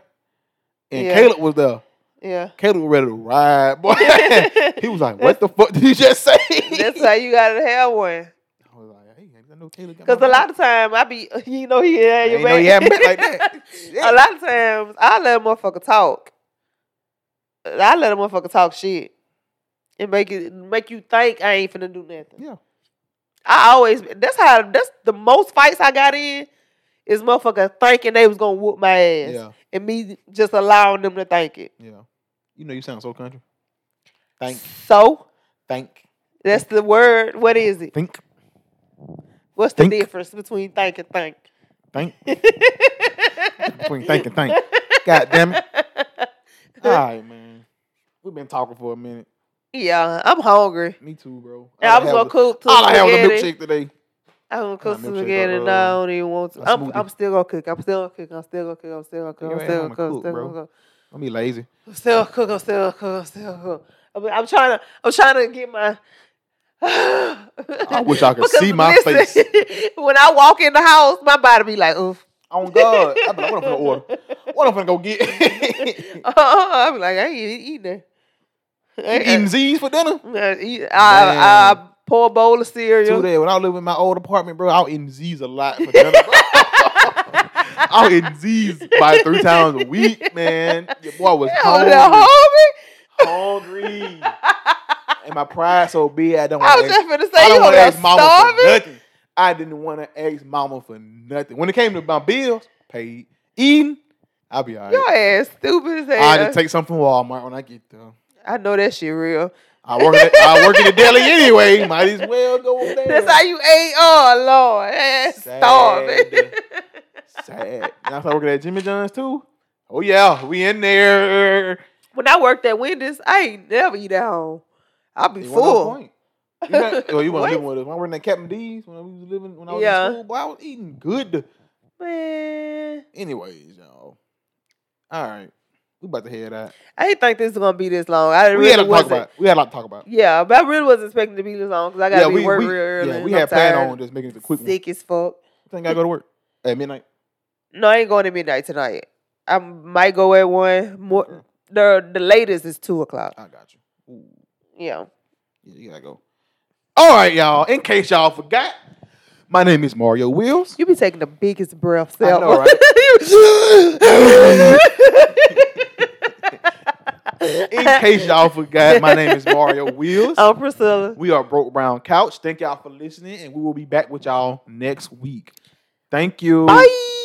and Yeah. Caleb was there. Yeah. Caleb was ready to ride, boy. [laughs] he was like, "What the fuck did you just say?" [laughs] That's how you gotta have [laughs] one. I was like, "Hey, I know Caleb." got Cause my a lot back." of time I be, [laughs] you know, he had I your ain't Mm-hmm. know back. he [laughs] had met like that. a lot of times I let a motherfucker talk. I let a motherfucker talk shit and make it make you think I ain't finna do nothing. Yeah. I always that's how that's the most fights I got in is motherfucker thinking they was gonna whoop my ass yeah, and me just allowing them to think it. yeah. You know, you sound so country. Think, So think, that's the word. What is it? think, What's the Think. difference between think and think? think. Between think and think. God damn [laughs] it! All right, man. We've been talking for a minute. [laughs] Yeah, I'm hungry. Me too, bro. And I was gonna cook some All I had was a spaghetti. milkshake today. I'm gonna cook Not some milkshake, spaghetti. uh, No, I don't even want to. a I'm, smoothie. I'm still gonna cook. I'm still gonna cook. I'm still gonna cook. I'm still gonna cook. Your I'm ass still I'ma gonna cook. I'm cook, still bro. gonna cook. Don't be lazy. I'm still gonna cook. I'm still gonna cook. I'm still gonna cook. I'm, I'm trying to. I'm trying to get my. [sighs] I wish I could see my face. [laughs] when I walk in the house, my body be like, oof. [laughs] On Oh, God, I be like, what I'm finna order? What I'm finna go get? You Uh, I be like, I ain't eating that. Eating Z's for dinner? I, I, I pour a bowl of cereal. Two day when I lived in my old apartment, bro, I was eating Z's a lot for dinner. Bro. [laughs] I was eating Z's by three times a week, man. Your boy was [laughs] Hell, hungry, that homie. hungry, and my pride so big I don't I want was to. Ask, just gonna I say you don't want over to there ask mama for starving. nothing. I didn't want to ask mama for nothing. When it came to my bills, paid, eating, I'll be alright. Your ass stupid as I had to hell. take something from Walmart when I get there. I know that shit real. I work at, I work in the deli anyway. Might as well go over there. That's how you ate. Oh Lord, ass Sad. starving. sad. And I started working at Jimmy John's too. Oh yeah, we in there. when I worked at Wendy's, I ain't never eat at home. I be There wasn't no full. point. You [laughs] not, oh, you What? want to live with us? When I worked at Captain D's when I was living when I was Yeah. in school, boy, I was eating good. Man, Anyways, y'all. All right, we about to head out. I didn't think this was gonna be this long. I we really had a lot to talk wasn't. about. We had a lot to talk about. Yeah, but I really wasn't expecting to be this long because I gotta be we, work we, real early. yeah, and we I'm had planned tired, on just making it a quick sick as fuck. one. Think I go to work at midnight. No, I ain't going to midnight tonight. I might go at one. More, Okay. the the latest is two o'clock. I got you. Ooh. Yeah. Yeah, you gotta go. All right, y'all. In case y'all forgot, my name is Mario Wills. You be taking the [laughs] biggest breaths I ever. know, right? [laughs] In case y'all forgot, my name is Mario Wheels. [laughs] I'm Priscilla. We are Broke Brown Couch. Thank y'all for listening, and we will be back with y'all next week. Thank you. Bye.